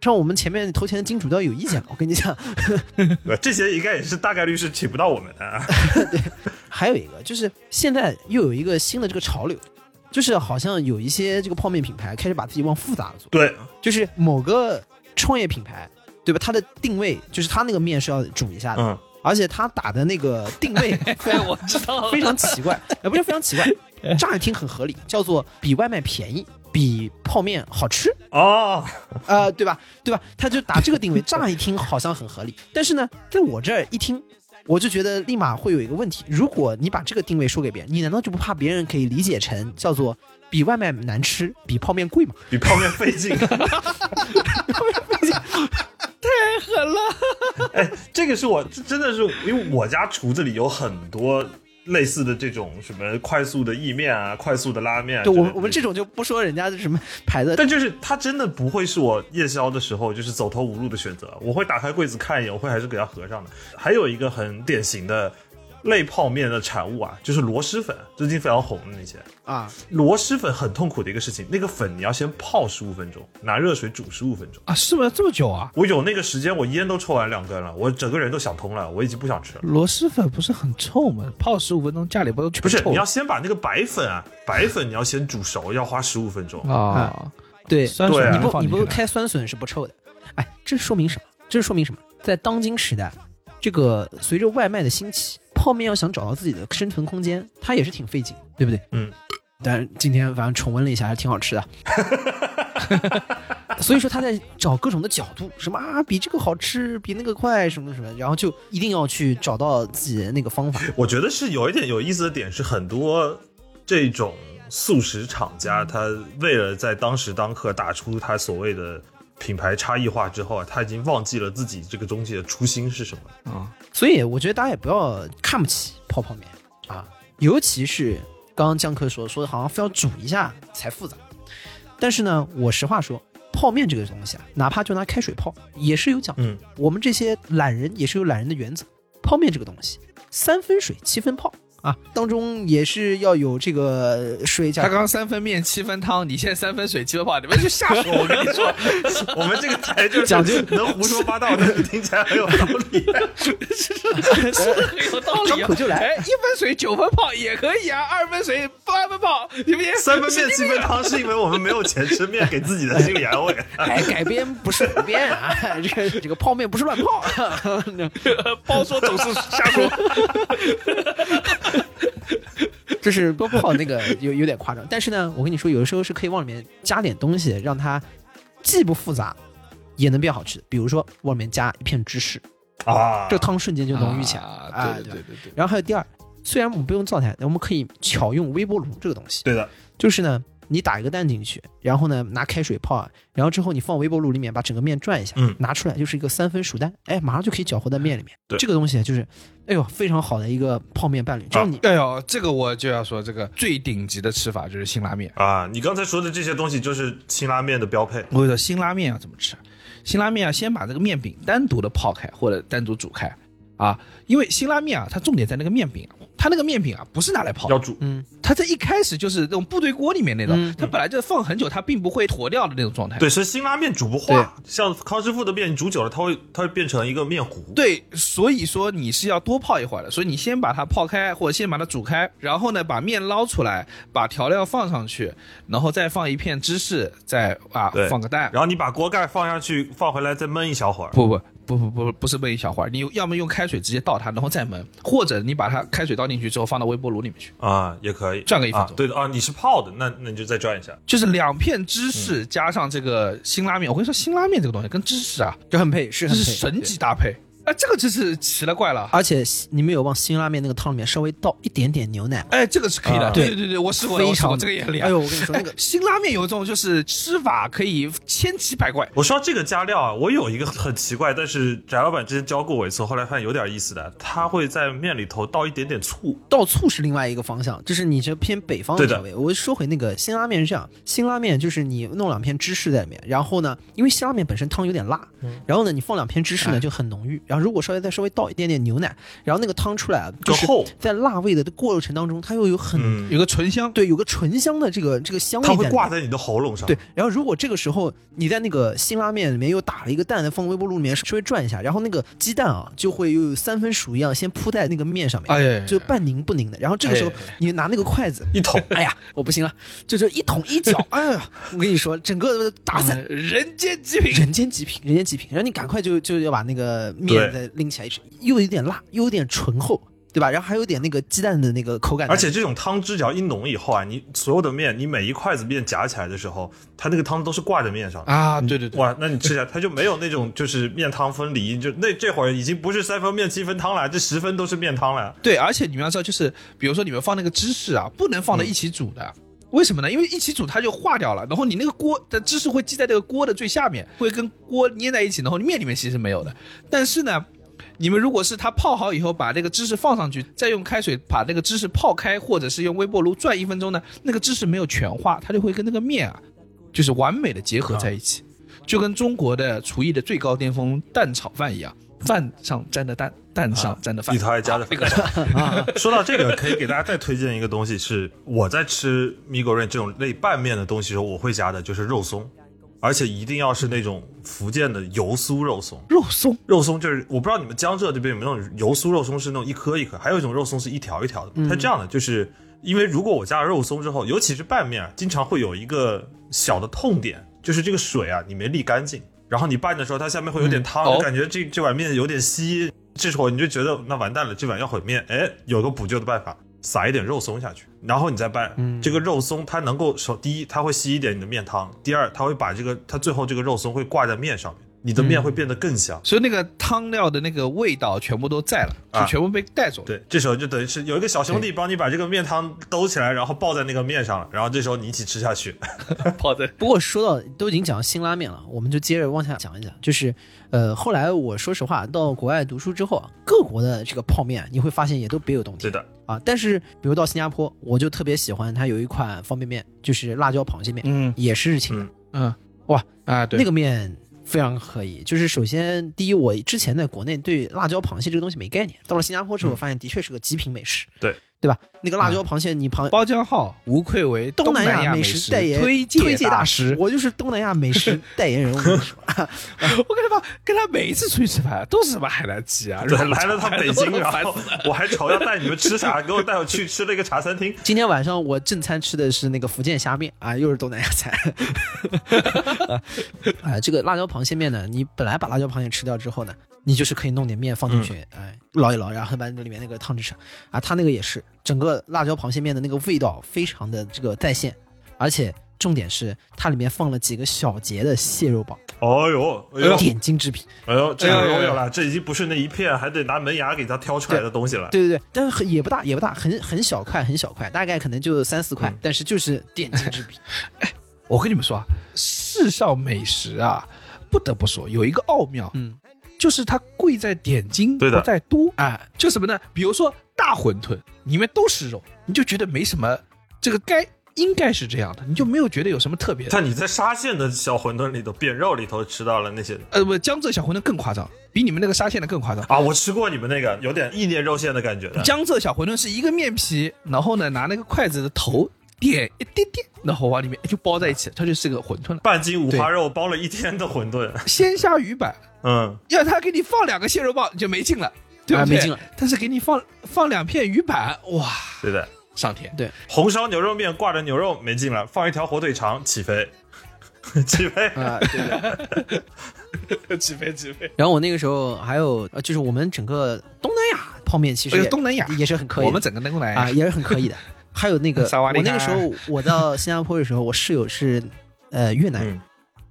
[SPEAKER 4] 像我们前面投钱的金主都有意见了，我跟你讲。
[SPEAKER 5] 这些应该也是大概率是请不到我们 的啊。
[SPEAKER 4] 还有一个就是现在又有一个新的这个潮流，就是好像有一些这个泡面品牌开始把自己往复杂了做，
[SPEAKER 5] 对，
[SPEAKER 4] 就是某个创业品牌，对吧？它的定位就是它那个面是要煮一下的，
[SPEAKER 5] 嗯，
[SPEAKER 4] 而且它打的那个定 位非常
[SPEAKER 3] 我知道了
[SPEAKER 4] 非常奇怪，呃，不是非常奇怪， 乍一听很合理，叫做比外卖便宜，比泡面好吃。
[SPEAKER 5] 哦，
[SPEAKER 4] 呃，对吧？对吧？他就打这个定位，乍一听好像很合理，但是呢，在我这儿一听，我就觉得立马会有一个问题：如果你把这个定位说给别人，你难道就不怕别人可以理解成叫做比外卖难吃，比泡面贵吗？
[SPEAKER 5] 比泡面费 劲。哎，这个是我这真的是因为我家厨子里有很多类似的这种什么快速的意面啊、快速的拉面啊之
[SPEAKER 4] 对
[SPEAKER 5] 类的。
[SPEAKER 4] 我我们这种就不说人家的什么牌子，
[SPEAKER 5] 但就是它真的不会是我夜宵的时候就是走投无路的选择，我会打开柜子看一眼，我会还是给它合上的。还有一个很典型的类泡面的产物啊，就是螺蛳粉，最近非常红的那些。
[SPEAKER 4] 啊，
[SPEAKER 5] 螺蛳粉很痛苦的一个事情，那个粉你要先泡十五分钟，拿热水煮十五分钟。
[SPEAKER 3] 啊，是吗？这么久啊？
[SPEAKER 5] 我有那个时间，我烟都抽完两根了，我整个人都想通了，我已经不想吃了。
[SPEAKER 3] 螺蛳粉不是很臭吗？泡十五分钟，家里不都全
[SPEAKER 5] 不是，
[SPEAKER 3] 臭
[SPEAKER 5] 你要先把那个白粉啊，白粉你要先煮熟，要花十五分钟。
[SPEAKER 3] 啊？
[SPEAKER 4] 对，
[SPEAKER 3] 酸
[SPEAKER 5] 对
[SPEAKER 3] 笋
[SPEAKER 5] 啊
[SPEAKER 4] 你
[SPEAKER 3] 能
[SPEAKER 4] 不
[SPEAKER 3] 放
[SPEAKER 4] 你
[SPEAKER 3] 进去
[SPEAKER 4] 不
[SPEAKER 3] 的
[SPEAKER 4] 开酸笋是不臭的，哎，这说明什么？这说明什么？在当今时代，这个随着外卖的兴起，泡面要想找到自己的生存空间，它也是挺费劲，对不对？
[SPEAKER 5] 嗯。
[SPEAKER 4] 但是今天反正重温了一下，还挺好 吃的。所以说他在找各种的角度，什么啊，比这个好吃，比那个快，什么什么，然后就一定要去找到自己的那个方法。
[SPEAKER 5] 我觉得是有一点有意思的点是，很多这种素食厂家，他为了在当时当刻打出他所谓的品牌差异化之后啊，他已经忘记了自己这个东西的初心是什么。
[SPEAKER 3] 啊
[SPEAKER 4] 所以我觉得大家也不要看不起泡泡面啊，尤其是刚刚江科说说的，好像非要煮一下才复杂。但是呢，我实话说，泡面这个东西啊，哪怕就拿开水泡，也是有讲究。
[SPEAKER 5] 嗯
[SPEAKER 4] 我们这些懒人也是有懒人的原则，泡面这个东西，三分水七分泡啊，当中也是要有这个水加
[SPEAKER 3] 他刚刚三分面七分汤，你现在三分水七分泡，你们就吓死我！我跟你说，
[SPEAKER 5] 我们这个台就是
[SPEAKER 4] 讲究
[SPEAKER 5] 能胡说八道，但是听起来很有道 理。
[SPEAKER 3] 很有道理、啊。
[SPEAKER 4] 张口就来
[SPEAKER 3] 哎，一分水九分泡也可以啊，二分水八分泡，你们也
[SPEAKER 5] 三分面
[SPEAKER 3] 神
[SPEAKER 5] 七
[SPEAKER 3] 经病
[SPEAKER 5] 分汤是因为我们没有钱吃面，给自己的心理安慰。
[SPEAKER 4] 改哎改编不是胡编啊， 这个这个泡面不是乱泡。
[SPEAKER 3] 包说总是瞎说。
[SPEAKER 4] 就是多泡那个有有点夸张，但是呢，我跟你说，有的时候是可以往里面加点东西，让它既不复杂，也能变好吃。比如说往里面加一片芝士，
[SPEAKER 5] 啊
[SPEAKER 4] 这个汤瞬间就浓郁起来
[SPEAKER 3] 啊
[SPEAKER 4] 啊
[SPEAKER 3] 对对
[SPEAKER 4] 吧
[SPEAKER 3] 对对
[SPEAKER 4] 然后还有第二，虽然我们不用灶台，我们可以巧用微波炉这个东西，
[SPEAKER 5] 对的，
[SPEAKER 4] 就是呢，你打一个蛋进去，然后呢拿开水泡啊，然后之后你放微波炉里面把整个面转一下，
[SPEAKER 5] 嗯
[SPEAKER 4] 拿出来就是一个三分熟蛋，哎，马上就可以搅和在面里面。
[SPEAKER 5] 对
[SPEAKER 4] 这个东西就是，哎呦，非常好的一个泡面伴侣，这样你
[SPEAKER 3] 对。哎呦，这个我就要说，这个最顶级的吃法就是辛拉面。
[SPEAKER 5] 啊，你刚才说的这些东西就是辛拉面的标配。
[SPEAKER 3] 我跟你说，辛拉面要怎么吃？辛拉面要先把这个面饼单独的泡开或者单独煮开，啊，因为辛拉面啊，它重点在那个面饼，它那个面饼啊不是拿来泡的，
[SPEAKER 5] 要煮，
[SPEAKER 3] 它在一开始就是那种部队锅里面那种，
[SPEAKER 4] 嗯
[SPEAKER 3] 它本来就放很久，它并不会坨掉的那种状态。
[SPEAKER 5] 对，是辛拉面煮不化，像康师傅的面你煮久了，它会它会变成一个面糊。
[SPEAKER 3] 对，所以说你是要多泡一会儿的，所以你先把它泡开，或者先把它煮开，然后呢把面捞出来，把调料放上去，然后再放一片芝士，再啊
[SPEAKER 5] 对
[SPEAKER 3] 放个蛋。
[SPEAKER 5] 然后你把锅盖放下去，放回来再焖一小会儿。
[SPEAKER 3] 不不不不不不是焖一小会儿，你要么用开水直接倒它，然后再焖，或者你把它开水倒进去之后放到微波炉里面去，
[SPEAKER 5] 啊，也可以
[SPEAKER 3] 转个一分
[SPEAKER 5] 啊
[SPEAKER 3] 钟。
[SPEAKER 5] 对的啊，你是泡的，那那你就再转一下。
[SPEAKER 3] 就是两片芝士
[SPEAKER 5] 嗯
[SPEAKER 3] 加上这个辛拉面。我跟你说，辛拉面这个东西跟芝士啊，
[SPEAKER 4] 就很配，是
[SPEAKER 3] 这
[SPEAKER 4] 很
[SPEAKER 3] 是
[SPEAKER 4] 配。
[SPEAKER 3] 神级搭配。啊，这个真是奇了怪了。
[SPEAKER 4] 而且你们有往辛拉面那个汤里面稍微倒一点点牛奶吗，
[SPEAKER 3] 哎，这个是可以的，
[SPEAKER 5] 啊
[SPEAKER 3] 对
[SPEAKER 4] 对
[SPEAKER 3] 对对，我试过的，
[SPEAKER 4] 非
[SPEAKER 3] 我试过
[SPEAKER 4] 常
[SPEAKER 3] 这个也很厉害。
[SPEAKER 4] 哎呦，我跟你说那个
[SPEAKER 3] 哎，辛拉面有一种就是吃法可以千奇百怪，
[SPEAKER 5] 我说这个加料啊，我有一个很奇怪，但是翟老板之前教过我一次，后来发现有点意思的，他会在面里头倒一点点醋。
[SPEAKER 4] 倒醋是另外一个方向，就是你这偏北方的
[SPEAKER 5] 对的
[SPEAKER 4] 调味。哎我说回那个辛拉面是这样，辛拉面就是你弄两片芝士在里面，然后呢，因为辛拉面本身汤有点辣，
[SPEAKER 3] 嗯
[SPEAKER 4] 然后呢你放两片芝士呢就很浓郁，然后如果稍微再稍微倒一点点牛奶，然后那个汤出来啊，就是
[SPEAKER 5] 厚
[SPEAKER 4] 在辣味的过程当中，它又有很、
[SPEAKER 5] 嗯，
[SPEAKER 3] 有个醇香。
[SPEAKER 4] 对有个醇香的这个这个香味
[SPEAKER 5] 它
[SPEAKER 4] 在里
[SPEAKER 5] 会
[SPEAKER 4] 面，
[SPEAKER 5] 挂在你的喉咙上。
[SPEAKER 4] 对，，然后如果这个时候你在那个辛拉面里面又打了一个蛋，放微波炉里面稍微转一下，然后那个鸡蛋啊就会又有三分熟一样，先铺在那个面上面，
[SPEAKER 3] 哎呀
[SPEAKER 4] 就半凝不凝的。然后这个时候
[SPEAKER 3] 哎
[SPEAKER 4] 你拿那个筷子，
[SPEAKER 5] 一桶
[SPEAKER 4] 哎呀，我不行了，就是一捅一搅，哎呀，我跟你说，整个打散。
[SPEAKER 3] 人间极品，
[SPEAKER 4] 人间极品，人间极品。然后你赶快就就要把那个面
[SPEAKER 5] 对
[SPEAKER 4] 再拎起来一吃，又有点辣，又有点醇厚，对吧？然后还有点那个鸡蛋的那个口感在
[SPEAKER 5] 而
[SPEAKER 4] 里面，
[SPEAKER 5] 且这种汤汁只要一浓以后啊，你所有的面，你每一筷子面夹起来的时候，它那个汤都是挂在面上的。
[SPEAKER 3] 啊，对对对，
[SPEAKER 5] 哇，那你吃起来它就没有那种就是面汤分离，就那这会儿已经不是三分面七分汤了，这十分都是面汤了。
[SPEAKER 3] 对，而且你们要知道，就是比如说你们放那个芝士啊，不能放在一起煮的。为什么呢？因为一起煮它就化掉了，然后你那个锅的芝士会积在这个锅的最下面，会跟锅粘在一起，然后面里面其实没有的。但是呢，你们如果是它泡好以后，把那个芝士放上去，再用开水把那个芝士泡开，或者是用微波炉转一分钟呢，那个芝士没有全化，它就会跟那个面啊，就是完美的结合在一起，就跟中国的厨艺的最高巅峰蛋炒饭一样，饭上沾的蛋，蛋上沾的饭，
[SPEAKER 5] 你头还加的
[SPEAKER 3] 啊那个
[SPEAKER 5] 说到这个，可以给大家再推荐一个东西，是我在吃米狗润这种类拌面的东西的时候，我会加的就是肉松，而且一定要是那种福建的油酥肉松。
[SPEAKER 3] 肉松。
[SPEAKER 5] 肉松就是我不知道你们江浙这边有没有那种油酥肉松是那种一颗一颗，还有一种肉松是一条一条的。
[SPEAKER 3] 嗯
[SPEAKER 5] 它这样的就是因为如果我加了肉松之后，尤其是拌面，啊经常会有一个小的痛点，就是这个水啊你没沥干净，然后你拌的时候它下面会有点汤，
[SPEAKER 3] 哦
[SPEAKER 5] 就感觉这这碗面有点稀，这时候你就觉得那完蛋了，这碗要毁灭。哎，有个补救的办法。撒一点肉松下去，然后你再拌。这个肉松它能够首第一，它会吸一点你的面汤；第二，它会把这个它最后这个肉松会挂在面上面，你的面会变得更香。
[SPEAKER 3] 所以那个汤料的那个味道全部都在了，
[SPEAKER 5] 啊
[SPEAKER 3] 就全部被带走了。
[SPEAKER 5] 对，这时候就等于是有一个小兄弟帮你把这个面汤兜起来，然后抱在那个面上了，然后这时候你一起吃下 去。
[SPEAKER 3] 泡在
[SPEAKER 4] 不过说到都已经讲到辛拉面了，我们就接着往下讲一讲，就是呃，后来我说实话，到国外读书之后啊，各国的这个泡面你会发现也都别有洞
[SPEAKER 5] 对
[SPEAKER 4] 天
[SPEAKER 5] 的，
[SPEAKER 4] 啊。但是比如到新加坡，我就特别喜欢它有一款方便面，就是辣椒螃蟹面，
[SPEAKER 3] 嗯
[SPEAKER 4] 也是日清的，
[SPEAKER 5] 嗯
[SPEAKER 3] 嗯，哇啊，对，
[SPEAKER 4] 那个面非常可以。就是首先第一，我之前在国内对辣椒螃蟹这个东西没概念，到了新加坡之后，发现的确是个极品美食，
[SPEAKER 5] 对
[SPEAKER 4] 对吧？那个辣椒螃蟹，你螃
[SPEAKER 3] 包浆号无愧为
[SPEAKER 4] 东
[SPEAKER 3] 南
[SPEAKER 4] 亚
[SPEAKER 3] 美
[SPEAKER 4] 食代言
[SPEAKER 3] 推啊
[SPEAKER 4] 推
[SPEAKER 3] 介
[SPEAKER 4] 大
[SPEAKER 3] 师。
[SPEAKER 4] 我就是东南亚美食代言人。我跟你说，
[SPEAKER 3] 我跟他说，跟他每一次出去吃饭都是什么海南鸡 啊，
[SPEAKER 5] 对，
[SPEAKER 3] 然后
[SPEAKER 5] 来了趟北京，然
[SPEAKER 3] 烦
[SPEAKER 5] 后
[SPEAKER 3] 死了
[SPEAKER 5] 我还愁要带你们吃啥，给我带我去吃了一个茶餐厅。
[SPEAKER 4] 今天晚上我正餐吃的是那个福建虾面啊，又是东南亚菜。 啊，这个辣椒螃蟹面呢，你本来把辣椒螃蟹吃掉之后呢，你就是可以弄点面放进去，哎，捞一捞，然后把那里面那个汤汁吃啊。它那个也是整个辣椒螃蟹面的那个味道非常的这个在线，而且重点是它里面放了几个小节的蟹肉棒，
[SPEAKER 5] 哦呦，哎呦，
[SPEAKER 4] 点睛之笔。
[SPEAKER 5] 哎呦，这个
[SPEAKER 3] 哎呦
[SPEAKER 5] 都有了，这已经不是那一片，还得拿门牙给它挑出来的东西了。
[SPEAKER 4] 对对对，但是很也不大，也不大，很很小块，很小块，大概可能就三四块，但是就是点睛之笔。
[SPEAKER 3] 我跟你们说啊，世上美食啊，不得不说有一个奥妙，
[SPEAKER 4] 嗯，
[SPEAKER 3] 就是它贵在点睛，
[SPEAKER 5] 对的
[SPEAKER 3] 不在多，
[SPEAKER 4] 啊
[SPEAKER 3] 哎，就什么呢？比如说大馄饨里面都是肉，你就觉得没什么，这个该应该是这样的，你就没有觉得有什么特别的。
[SPEAKER 5] 但你在沙县的小馄饨里头、扁肉里头吃到了那些
[SPEAKER 3] 呃，不，江浙小馄饨更夸张，比你们那个沙县的 更夸张。
[SPEAKER 5] 啊，我吃过你们那个有点意面肉馅的感觉的，
[SPEAKER 3] 江浙小馄饨是一个面皮，然后呢拿那个筷子的头点一点点，然后往里面就包在一起，它就是个馄 饨了。
[SPEAKER 5] 半斤五花肉包了一天的馄饨，
[SPEAKER 3] 鲜虾鱼板，
[SPEAKER 5] 嗯，
[SPEAKER 3] 要他给你放两个蟹肉棒，你就没劲了，对不
[SPEAKER 4] 啊
[SPEAKER 3] 对？
[SPEAKER 4] 没劲了。
[SPEAKER 3] 但是给你放放两片鱼板，哇，
[SPEAKER 5] 对的。
[SPEAKER 3] 上天！
[SPEAKER 4] 对，
[SPEAKER 5] 红烧牛肉面挂着牛肉没劲了，放一条火腿肠起飞，起飞，
[SPEAKER 4] 啊、对对。
[SPEAKER 5] 起飞，起飞。
[SPEAKER 4] 然后我那个时候还有，呃就是我们整个东南亚泡面其实
[SPEAKER 3] 哎呦
[SPEAKER 4] 也
[SPEAKER 3] 东南亚
[SPEAKER 4] 也是很可以的，
[SPEAKER 3] 我们整个东南
[SPEAKER 4] 啊
[SPEAKER 3] 亚
[SPEAKER 4] 也是很可 以的。还有那个，
[SPEAKER 3] 萨瓦
[SPEAKER 4] 我
[SPEAKER 3] 迪
[SPEAKER 4] 那个
[SPEAKER 3] 卡
[SPEAKER 4] 时候我到新加坡的时候，我室友是呃越南人，
[SPEAKER 5] 嗯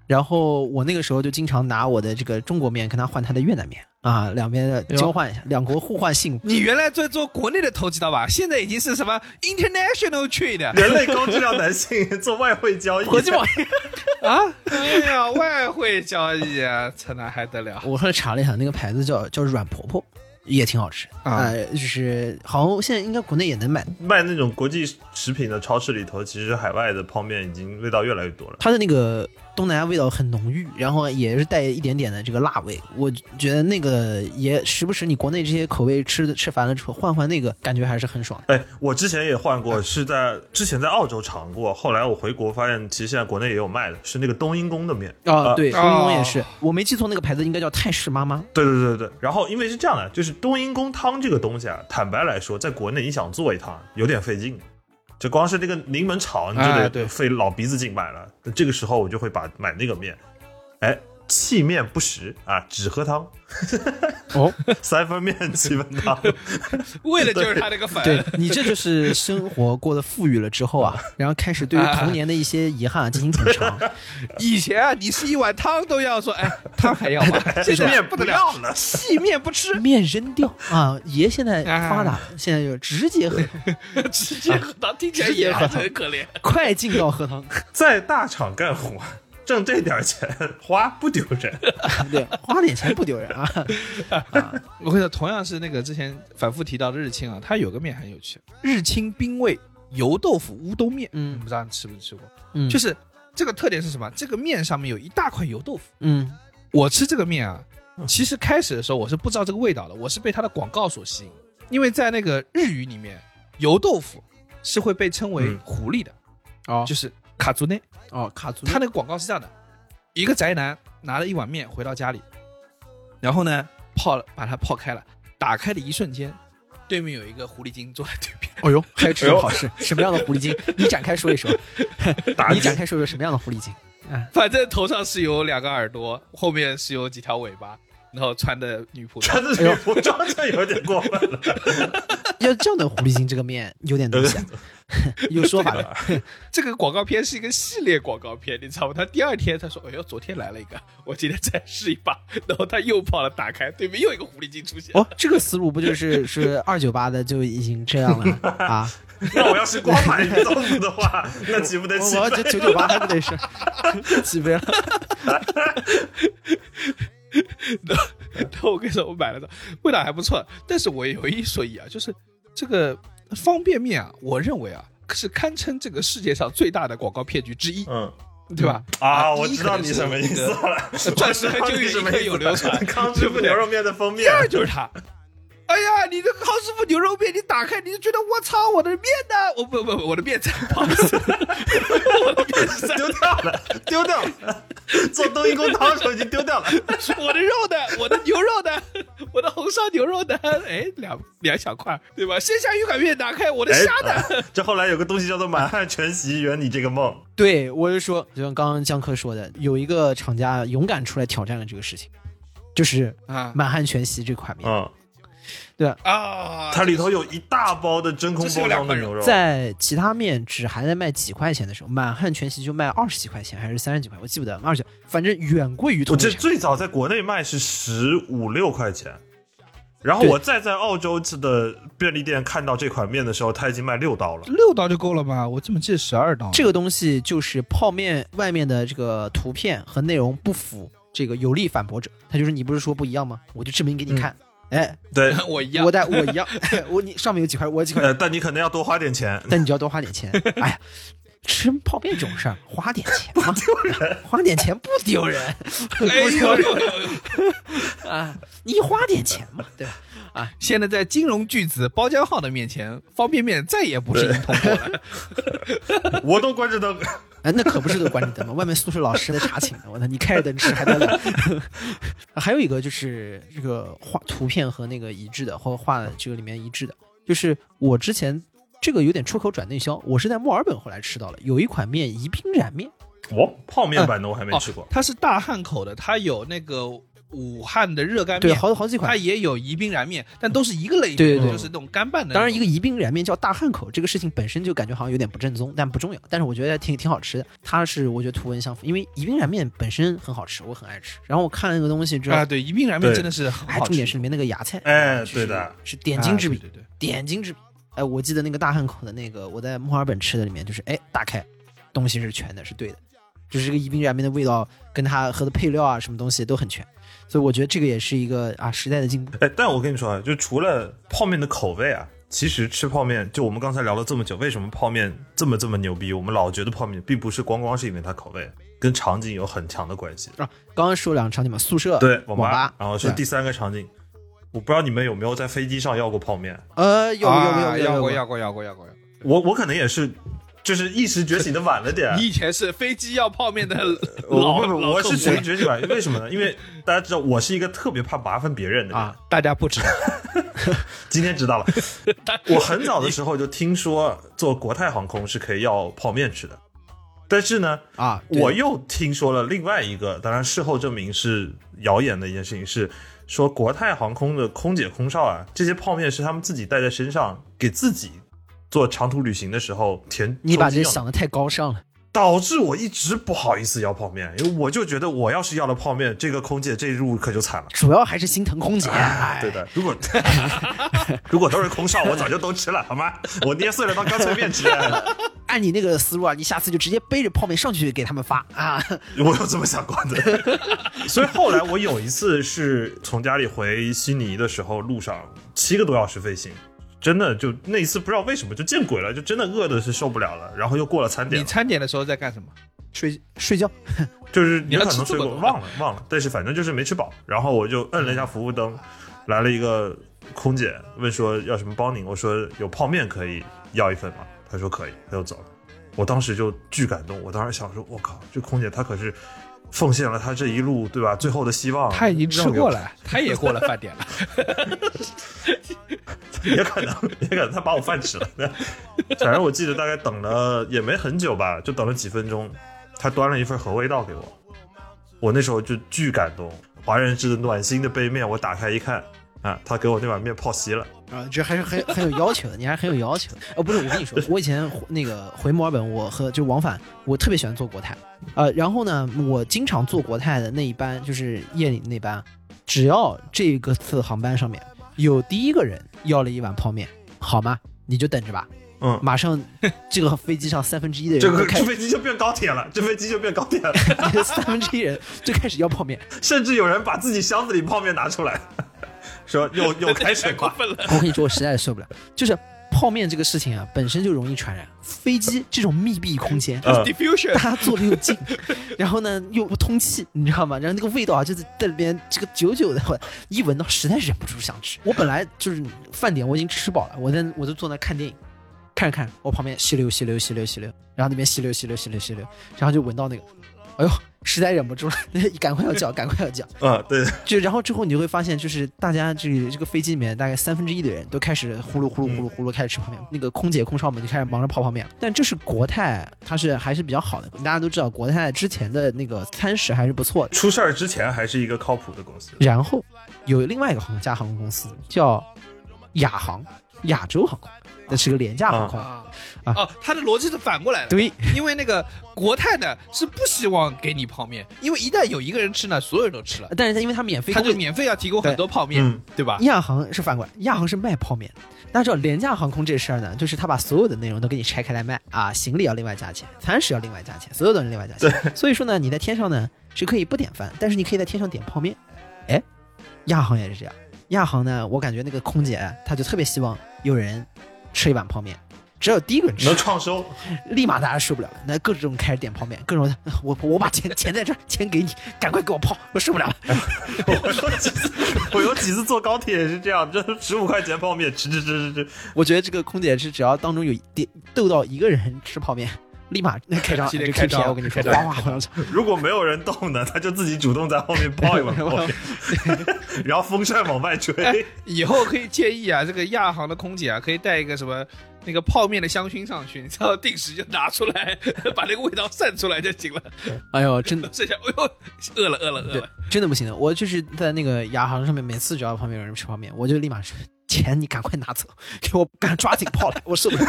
[SPEAKER 4] 然后我那个时候就经常拿我的这个中国面跟他换他的越南面啊，两
[SPEAKER 3] 哎
[SPEAKER 4] 边交换一下，两国互换性。
[SPEAKER 3] 你原来在做国内的投机倒把，现在已经是 什么 international trade
[SPEAKER 5] 人类高质量男性做外汇交易，
[SPEAKER 4] 国际贸易，
[SPEAKER 3] 啊？哎呀，外汇交易啊， 这哪还得了？
[SPEAKER 4] 我后来查了一下，那个牌子叫叫软婆婆，也挺好吃
[SPEAKER 3] 啊
[SPEAKER 4] 呃就是好像现在应该国内也能买。
[SPEAKER 5] 卖那种国际食品的超市里头，其实海外的泡面已经味道越来越多了。
[SPEAKER 4] 它的那个东南亚味道很浓郁，然后也是带一点点的这个辣味。我觉得那个也时不时你国内这些口味吃的吃烦了之后换换那个，感觉还是很爽的。
[SPEAKER 5] 哎，我之前也换过，是在之前在澳洲尝过，后来我回国发现，其实现在国内也有卖的，是那个冬阴功的面。
[SPEAKER 4] 啊，对，
[SPEAKER 3] 啊
[SPEAKER 4] 冬阴功也是，我没记错，那个牌子应该叫泰式妈妈。
[SPEAKER 5] 对对对对对。然后因为是这样的，就是冬阴功汤这个东西啊，坦白来说，在国内你想做一趟有点费劲，就光是那个柠檬炒你
[SPEAKER 3] 哎
[SPEAKER 5] 就
[SPEAKER 3] 对
[SPEAKER 5] 得费老鼻子劲买了。那这个时候我就会把买那个面，哎。弃面不食啊，只喝汤。
[SPEAKER 4] 哦，
[SPEAKER 5] 三分面七分 汤，
[SPEAKER 3] 为的就是他那个粉。
[SPEAKER 4] 对你这就是生活过得富裕了之后啊，然后开始对于童年的一些遗憾啊进行补偿。
[SPEAKER 3] 以前啊，你是一碗汤都要说，哎，汤还要 吗？现在
[SPEAKER 5] 面不得了了
[SPEAKER 3] 细面不吃，
[SPEAKER 4] 面扔掉啊！爷现在发达，现在就直接 喝，
[SPEAKER 3] 啊直接喝汤，听起来也很可怜。
[SPEAKER 4] 快进到喝汤。
[SPEAKER 5] 在大厂干活，挣这点钱花不丢 人。
[SPEAKER 4] 对，花点钱不丢人啊。
[SPEAKER 3] 我跟你说，同样是那个之前反复提到的日清啊，它有个面很有趣，日清冰味油豆腐乌冬面。
[SPEAKER 4] 嗯
[SPEAKER 3] 嗯，不知道你吃没吃过？
[SPEAKER 4] 嗯，
[SPEAKER 3] 就是是这个特点是什么？这个面上面有一大块油豆腐。
[SPEAKER 4] 嗯
[SPEAKER 3] 我吃这个面啊，其实开始的时候我是不知道这个味道的，我是被它的广告所吸引，因为在那个日语里面，油豆腐是会被称为
[SPEAKER 5] 嗯
[SPEAKER 3] 狐狸的，
[SPEAKER 6] 哦
[SPEAKER 3] 就是卡族内。
[SPEAKER 4] 哦，卡族
[SPEAKER 3] 他那个广告是这样的：一个宅男拿了一碗面回到家里，然后呢泡了，把它泡开了，打开的一瞬间，对面有一个狐狸精坐在对面，
[SPEAKER 4] 哎呦，还有这种好事？什么样的狐狸精？ 你展开说一说，
[SPEAKER 5] 打
[SPEAKER 4] 啊你展 开说一说什么样的狐狸精？
[SPEAKER 3] 反正头上是有两个耳朵，后面是有几条尾巴，然后穿的女仆装
[SPEAKER 5] 穿的女服装就有点过分了。
[SPEAKER 4] 要这样的狐狸精，这个面有
[SPEAKER 5] 哎
[SPEAKER 4] 点东 西啊，有说法 的。
[SPEAKER 3] 这个广告片是一个系列广告片，你知道吗？他第二天他说：“哎呦，昨天来了一个，我今天再试一把。”然后他又泡了，打开对面又一个狐狸精出现。
[SPEAKER 4] 哦，这个思路不就是是二九八的就已经这样 了啊？
[SPEAKER 5] 那我要是光买鱼豆腐的话，那岂不得
[SPEAKER 4] 我
[SPEAKER 5] 气
[SPEAKER 4] 要
[SPEAKER 5] 愤？
[SPEAKER 4] 这九九八不得 是几杯了？
[SPEAKER 3] 然后我跟你说，我买了的，味道还不错。但是我有一说一啊，就是这个方便面啊，我认为啊是堪称这个世界上最大的广告骗局之一，
[SPEAKER 5] 嗯
[SPEAKER 3] 对吧？
[SPEAKER 5] 啊，我
[SPEAKER 3] 第一
[SPEAKER 5] 知
[SPEAKER 3] 可
[SPEAKER 5] 道
[SPEAKER 3] 能
[SPEAKER 5] 你
[SPEAKER 3] 是
[SPEAKER 5] 什么意思
[SPEAKER 3] 那个
[SPEAKER 5] 了。
[SPEAKER 3] 钻石和
[SPEAKER 5] 我知
[SPEAKER 3] 金
[SPEAKER 5] 道你
[SPEAKER 3] 鱼
[SPEAKER 5] 什么
[SPEAKER 3] 可
[SPEAKER 5] 意
[SPEAKER 3] 以
[SPEAKER 5] 思
[SPEAKER 3] 有流传
[SPEAKER 5] 康师傅牛肉面的封
[SPEAKER 3] 第
[SPEAKER 5] 面，
[SPEAKER 3] 二就是它。哎呀，你这个康师傅牛肉面，你打开你就觉得我操，我的面呢？我不不不，我的面在，不好意思， 我的面是在，
[SPEAKER 5] 丢掉了，丢掉了。做冬阴功汤的时候已经丢 掉了。
[SPEAKER 3] 我的肉呢？我的牛肉呢？我的红烧牛肉呢？哎，两两小块，对吧？鲜虾鱼擀面打开，我的
[SPEAKER 5] 哎
[SPEAKER 3] 虾呢？
[SPEAKER 5] 啊这后来有个东西叫做满汉全席，圆你这个梦。
[SPEAKER 4] 对，我就说，就像刚刚江科说的，有一个厂家勇敢出来挑战了这个事情，就是
[SPEAKER 3] 啊
[SPEAKER 4] 满汉全席这款面。
[SPEAKER 5] 嗯，
[SPEAKER 3] 啊！
[SPEAKER 5] 它里头有一大包的真空
[SPEAKER 3] 这是
[SPEAKER 5] 包
[SPEAKER 3] 有两
[SPEAKER 5] 装的
[SPEAKER 3] 块
[SPEAKER 5] 牛肉，
[SPEAKER 4] 在其他面只还在卖几块钱的时候，满汉全席就卖二十几块钱还是三十几块，我记不得，二十，反正远贵于
[SPEAKER 5] 我
[SPEAKER 4] 同
[SPEAKER 5] 这
[SPEAKER 4] 城。
[SPEAKER 5] 最早在国内卖是十五六块钱，然后
[SPEAKER 4] 对
[SPEAKER 5] 我再在澳洲的便利店看到这款面的时候，它已经卖六刀了。
[SPEAKER 3] 六刀就够了吧？我怎么记得十二刀？
[SPEAKER 4] 这个东西就是泡面外面的这个图片和内容不符，这个有力反驳者，他就是你不是说不一样吗？我就证明给你看，哎，
[SPEAKER 5] 对，
[SPEAKER 3] 我嗯一
[SPEAKER 4] 我带 我 一样，我你上面有几块，我有几块，
[SPEAKER 5] 呃，但你可能要多花点钱。
[SPEAKER 4] 但你就要多花点钱。哎呀，吃泡面这种事儿，花点钱 嘛，花点钱不丢人，
[SPEAKER 3] 哎呦呦呦呦！
[SPEAKER 4] 啊，你花点钱嘛，对吧？
[SPEAKER 3] 现在在金融巨子包浆浩的面前，方便面再也不是一桶火了。
[SPEAKER 5] 我都关着灯。
[SPEAKER 4] 哎，那可不是都关着灯嘛，外面宿舍老师在查寝呢。我操，你开着灯吃还在冷。 还有一个就是这个画图片和那个一致的，或者画的这个里面一致的，就是我之前这个有点出口转内销，我是在墨尔本后来吃到了，有一款面宜宾燃面，
[SPEAKER 5] 我泡面版的我还没
[SPEAKER 3] 哦
[SPEAKER 5] 吃过，
[SPEAKER 3] 它是大汉口的，它有那个武汉的热干
[SPEAKER 4] 对，
[SPEAKER 3] 面，
[SPEAKER 4] 好好几
[SPEAKER 3] 它
[SPEAKER 4] 款。
[SPEAKER 3] 也有宜宾燃面，但都是一个类别，
[SPEAKER 4] 对对对
[SPEAKER 3] 就是那种干拌的那种。
[SPEAKER 4] 当然，一个宜宾燃面叫大汉口，这个事情本身就感觉好像有点不正宗，但不重要。但是我觉得挺挺好吃的，它是我觉得图文相符，因为宜宾燃面本身很好吃，我很爱吃。然后我看了那个东西之后，
[SPEAKER 3] 啊，对，宜宾燃面
[SPEAKER 5] 对
[SPEAKER 3] 真的是很
[SPEAKER 4] 哎，
[SPEAKER 3] 好吃。
[SPEAKER 4] 重点是里面那个芽菜，啊
[SPEAKER 5] 哎
[SPEAKER 4] 就是
[SPEAKER 5] 对的，
[SPEAKER 4] 是点睛之笔
[SPEAKER 3] 啊，对对对，
[SPEAKER 4] 点睛之笔。哎，我记得那个大汉口的那个，我在墨尔本吃的里面，就是哎，打开，东西是全的，是对的，就是这个宜宾燃面的味道，跟它和的配料啊，什么东西都很全，所以我觉得这个也是一个啊时代的进步。
[SPEAKER 5] 哎，但我跟你说啊，就除了泡面的口味啊，其实吃泡面，就我们刚才聊了这么久，为什么泡面这么这么牛逼？我们老觉得泡面并不是光光是因为它口味，跟场景有很强的关系。
[SPEAKER 4] 啊，刚刚说两个场景嘛，宿舍、
[SPEAKER 5] 对，
[SPEAKER 4] 网
[SPEAKER 5] 网
[SPEAKER 4] 吧，
[SPEAKER 5] 然后说
[SPEAKER 4] 对
[SPEAKER 5] 第三个场景，我不知道你们有没有在飞机上要过泡面？
[SPEAKER 4] 呃，有有有
[SPEAKER 3] 啊要
[SPEAKER 4] 有
[SPEAKER 3] 过
[SPEAKER 4] 有，
[SPEAKER 3] 要过要过要过。
[SPEAKER 5] 我我可能也是，就是意识觉醒的晚了点。
[SPEAKER 3] 你以前是飞机要泡面的老
[SPEAKER 5] 我不不，
[SPEAKER 3] 老
[SPEAKER 5] 我是
[SPEAKER 3] 客户
[SPEAKER 5] 觉觉醒晚，为什么呢？因为大家知道我是一个特别怕麻烦别人的人。
[SPEAKER 4] 啊
[SPEAKER 3] 大家不知道，
[SPEAKER 5] 今天知道了，我很早的时候就听说坐国泰航空是可以要泡面吃的，但是呢，
[SPEAKER 4] 啊，对
[SPEAKER 5] 我又听说了另外一个，当然事后证明是谣言的一件事情是。说国泰航空的空姐空少啊，这些泡面是他们自己带在身上，给自己做长途旅行的时候填。
[SPEAKER 4] 你把这
[SPEAKER 5] 充饥量
[SPEAKER 4] 想的太高尚了。
[SPEAKER 5] 导致我一直不好意思要泡面，因为我就觉得我要是要了泡面，这个空姐这一路可就惨了。
[SPEAKER 4] 主要还是心疼空姐，
[SPEAKER 3] 啊
[SPEAKER 4] 哎
[SPEAKER 5] 对的，如果 如果都是空少，我早就都吃了，好吗？我捏碎了当干脆面吃，
[SPEAKER 4] 按你那个思路啊，你下次就直接背着泡面上去给他们发啊。
[SPEAKER 5] 我有这么想过的。所以后来我有一次是从家里回悉尼的时候，路上七个多小时飞行。真的就那一次，不知道为什么就见鬼了，就真的饿的是受不了了，然后又过了餐点
[SPEAKER 3] 你，餐点的时候在干什么？
[SPEAKER 4] 睡睡觉，
[SPEAKER 5] 就是
[SPEAKER 3] 你
[SPEAKER 5] 有
[SPEAKER 3] 要
[SPEAKER 5] 可能
[SPEAKER 3] 吃
[SPEAKER 5] 睡
[SPEAKER 3] 这么
[SPEAKER 5] 过，
[SPEAKER 3] 多
[SPEAKER 5] 忘了忘了，但是反正就是没吃饱。然后我就摁了一下服务灯，来了一个空姐，问说要什么帮您？我说有泡面可以要一份吗？她说可以，她就走了。我当时就巨感动，我当时想说，我靠，这空姐她可是奉献了她这一路对吧最后的希望，
[SPEAKER 3] 他已经吃过了，他也过了饭点了。
[SPEAKER 5] 也可能，也可能他把我饭吃了。 反正我记得大概等了也没很久吧，就等了几分钟，他端了一份合味道给我。我那时候就巨感动，华人之暖心的杯面，我打开一看，啊，他给我那碗面泡稀了。
[SPEAKER 4] 啊，这还是很很有要求的，你还是很有要求的。哦，不是，我跟你说，我以前回那个回墨尔本，我和就往返，我特别喜欢坐国泰。呃，然后呢，我经常坐国泰的那一班，就是夜里那班，只要这个次航班上面有第一个人要了一碗泡面，好吗？你就等着吧，
[SPEAKER 5] 嗯，
[SPEAKER 4] 马 上这个飞机上三分之一的人
[SPEAKER 5] 这
[SPEAKER 4] 都
[SPEAKER 5] 个
[SPEAKER 4] 开
[SPEAKER 5] 这，飞机就变高铁了，这飞机就变高铁 了，
[SPEAKER 4] 三分之一人就开始要泡面。
[SPEAKER 5] 甚至有人把自己箱子里泡面拿出来， 说有有开 水 吗？
[SPEAKER 4] 我跟你说，我实在是受不了，就是泡面这个事情啊，本身就容易传染。飞机这种密闭空 间，
[SPEAKER 5] 嗯
[SPEAKER 3] Diffusion，
[SPEAKER 4] 大家坐的又近，然后呢又不通气，你知道吗？然后那个味道啊，就是在里边这个久久的，我一闻到实在是忍不住想吃。我本来就是饭点我已经吃饱了，我在我就坐那看电影，看着看着，我旁边吸溜吸溜吸溜吸溜，然后那边吸溜吸溜吸溜吸溜，然后就闻到那个，哎呦，实在忍不住了， 赶快要叫，赶快要叫。
[SPEAKER 5] 嗯，对，
[SPEAKER 4] 就然后之后你就会发现，就是大家这个这个飞机里面大概三分之一的人都开始呼噜呼噜呼
[SPEAKER 3] 嗯
[SPEAKER 4] 噜呼噜开始吃泡面，那个空姐空少们就开始忙着泡泡面了。但这是国泰，它是还是比较好的，大家都知道国泰之前的那个餐食还是不错的。
[SPEAKER 5] 出事儿之前还是一个靠谱的公司。
[SPEAKER 4] 然后有另外一个航家航空公司叫亚航，亚洲航空，那是个廉价航空。
[SPEAKER 3] 啊哦，他的逻辑是反过来的。
[SPEAKER 4] 对，
[SPEAKER 3] 因为那个国泰呢是不希望给你泡面，因为一旦有一个人吃呢，所有人都吃了，
[SPEAKER 4] 但是它因为它免费
[SPEAKER 3] 他
[SPEAKER 4] 供
[SPEAKER 3] 就
[SPEAKER 4] 应，
[SPEAKER 3] 免费要提供很多泡面，
[SPEAKER 5] 嗯
[SPEAKER 3] 对吧？
[SPEAKER 4] 亚航是反过来，亚航是卖泡面的。大家知道廉价航空这事儿呢，就是他把所有的内容都给你拆开来卖啊，行李要另外加钱，餐食要另外加钱，所有都是另外加钱。所以说呢，你在天上呢是可以不点饭，但是你可以在天上点泡面。哎，亚航也是这啊样。亚航呢，我感觉那个空姐她就特别希望有人吃一碗泡面，只要有第一个人吃
[SPEAKER 5] 能，创收，
[SPEAKER 4] 立马大家受不了了，那各种开始点泡面，各种 我我把钱钱在这儿，钱给你，赶快给我泡，我受不了了。
[SPEAKER 5] 我有几次坐高铁也是这样，这十五块钱泡面，吃吃吃吃吃，
[SPEAKER 4] 我觉得这个空姐是只要当中有一点斗到一个人吃泡面，立马那开张
[SPEAKER 3] 直接
[SPEAKER 4] 就
[SPEAKER 3] 开张
[SPEAKER 4] KPI 我跟你说，
[SPEAKER 3] 开张
[SPEAKER 4] 哇哇，好像 是
[SPEAKER 5] 如果没有人动呢，他就自己主动在后面泡一碗泡面， 然后风扇往外吹。
[SPEAKER 3] 以后可以建议啊，这个亚航的空姐啊，可以带一个什么那个泡面的香薰上去，你知道定时就拿出来， 把那个味道散出来就行了。
[SPEAKER 4] 哎呦， 真的。
[SPEAKER 3] 剩下，哎呦，饿了，饿了，饿
[SPEAKER 4] 对
[SPEAKER 3] 了。，
[SPEAKER 4] 真的不行的。我就是在那个亚航上面，每次只要旁边有人吃泡面，我就立马说：“钱你赶快拿走，给我赶抓紧泡来，我受不 了。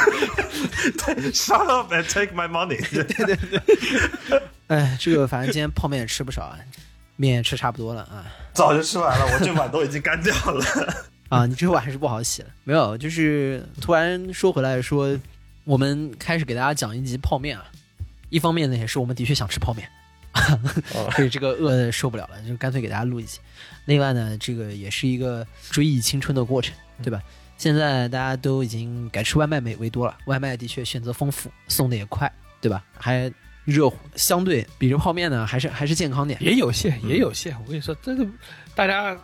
[SPEAKER 5] Shut up and take my money。”
[SPEAKER 4] 哎，这个反正今天泡面也吃不少啊，面也吃差不多了啊。
[SPEAKER 5] 早就吃完了，我这碗都已经干掉了。
[SPEAKER 4] 啊，你这碗还是不好洗了。没有，就是突然说回来说，我们开始给大家讲一集泡面啊。一方面呢，也是我们的确想吃泡面，所以这个饿的受不了了，就干脆给大家录一集。另外呢，这个也是一个追忆青春的过程，对吧？现在大家都已经改吃外卖为为多了，外卖的确选择丰富，送的也快，对吧？还热乎，相对比着泡面呢，还是还是健康点。
[SPEAKER 3] 也有限，也有限。我跟你说，这个大家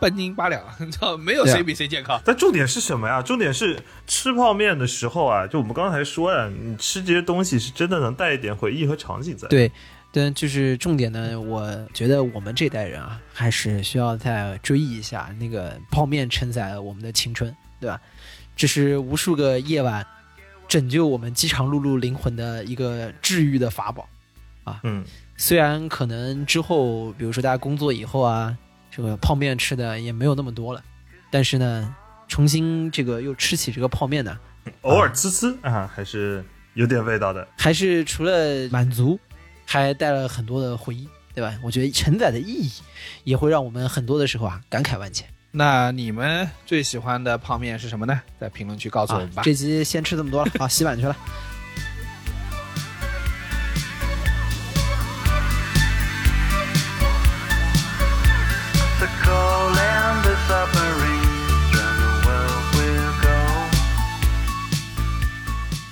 [SPEAKER 3] 半斤八两，你知道，没有
[SPEAKER 4] 对啊
[SPEAKER 3] 谁比谁健康。
[SPEAKER 5] 但重点是什么呀？重点是吃泡面的时候啊，就我们刚才说呀，你吃这些东西是真的能带一点回忆和场景在。
[SPEAKER 4] 对，但就是重点呢，我觉得我们这代人啊，还是需要再追忆一下那个泡面承载了我们的青春，对吧？这是无数个夜晚拯救我们饥肠辘辘灵魂的一个治愈的法宝。
[SPEAKER 5] 嗯，
[SPEAKER 4] 虽然可能之后，比如说大家工作以后啊，这个泡面吃的也没有那么多了，但是呢，重新这个又吃起这个泡面呢，
[SPEAKER 5] 偶尔吃吃啊，还是有点味道的。
[SPEAKER 4] 还是除了满足，还带了很多的回忆，对吧？我觉得承载的意义也会让我们很多的时候啊感慨万千
[SPEAKER 3] 那你们最喜欢的泡面是什么呢？在评论区告诉我
[SPEAKER 4] 啊
[SPEAKER 3] 们吧。
[SPEAKER 4] 这集先吃这么多了，好洗碗去了。
[SPEAKER 2] The cold and the suffering, round the world we'll go.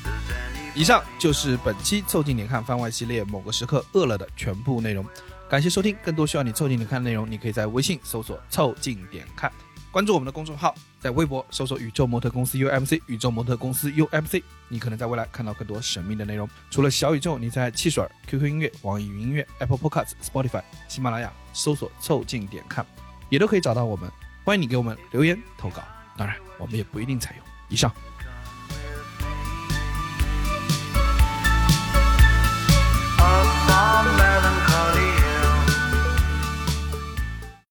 [SPEAKER 2] Does any
[SPEAKER 3] 以上就是本期《凑近点看》番外系列《某个时刻饿了》的全部内容，感谢收听。更多需要你凑近点看的内容，你可以在微信搜索“凑近点看”，关注我们的公众号，在微博搜索“宇宙模特公司 UMC”，宇宙模特公司 UMC，你可能在未来看到更多神秘的内容。除了小宇宙，你在汽水儿、QQ 音乐、网易云音乐、Apple Podcasts、Spotify、喜马拉雅搜索“凑近点看”，也都可以找到我们。欢迎你给我们留言投稿，当然我们也不一定采用。以上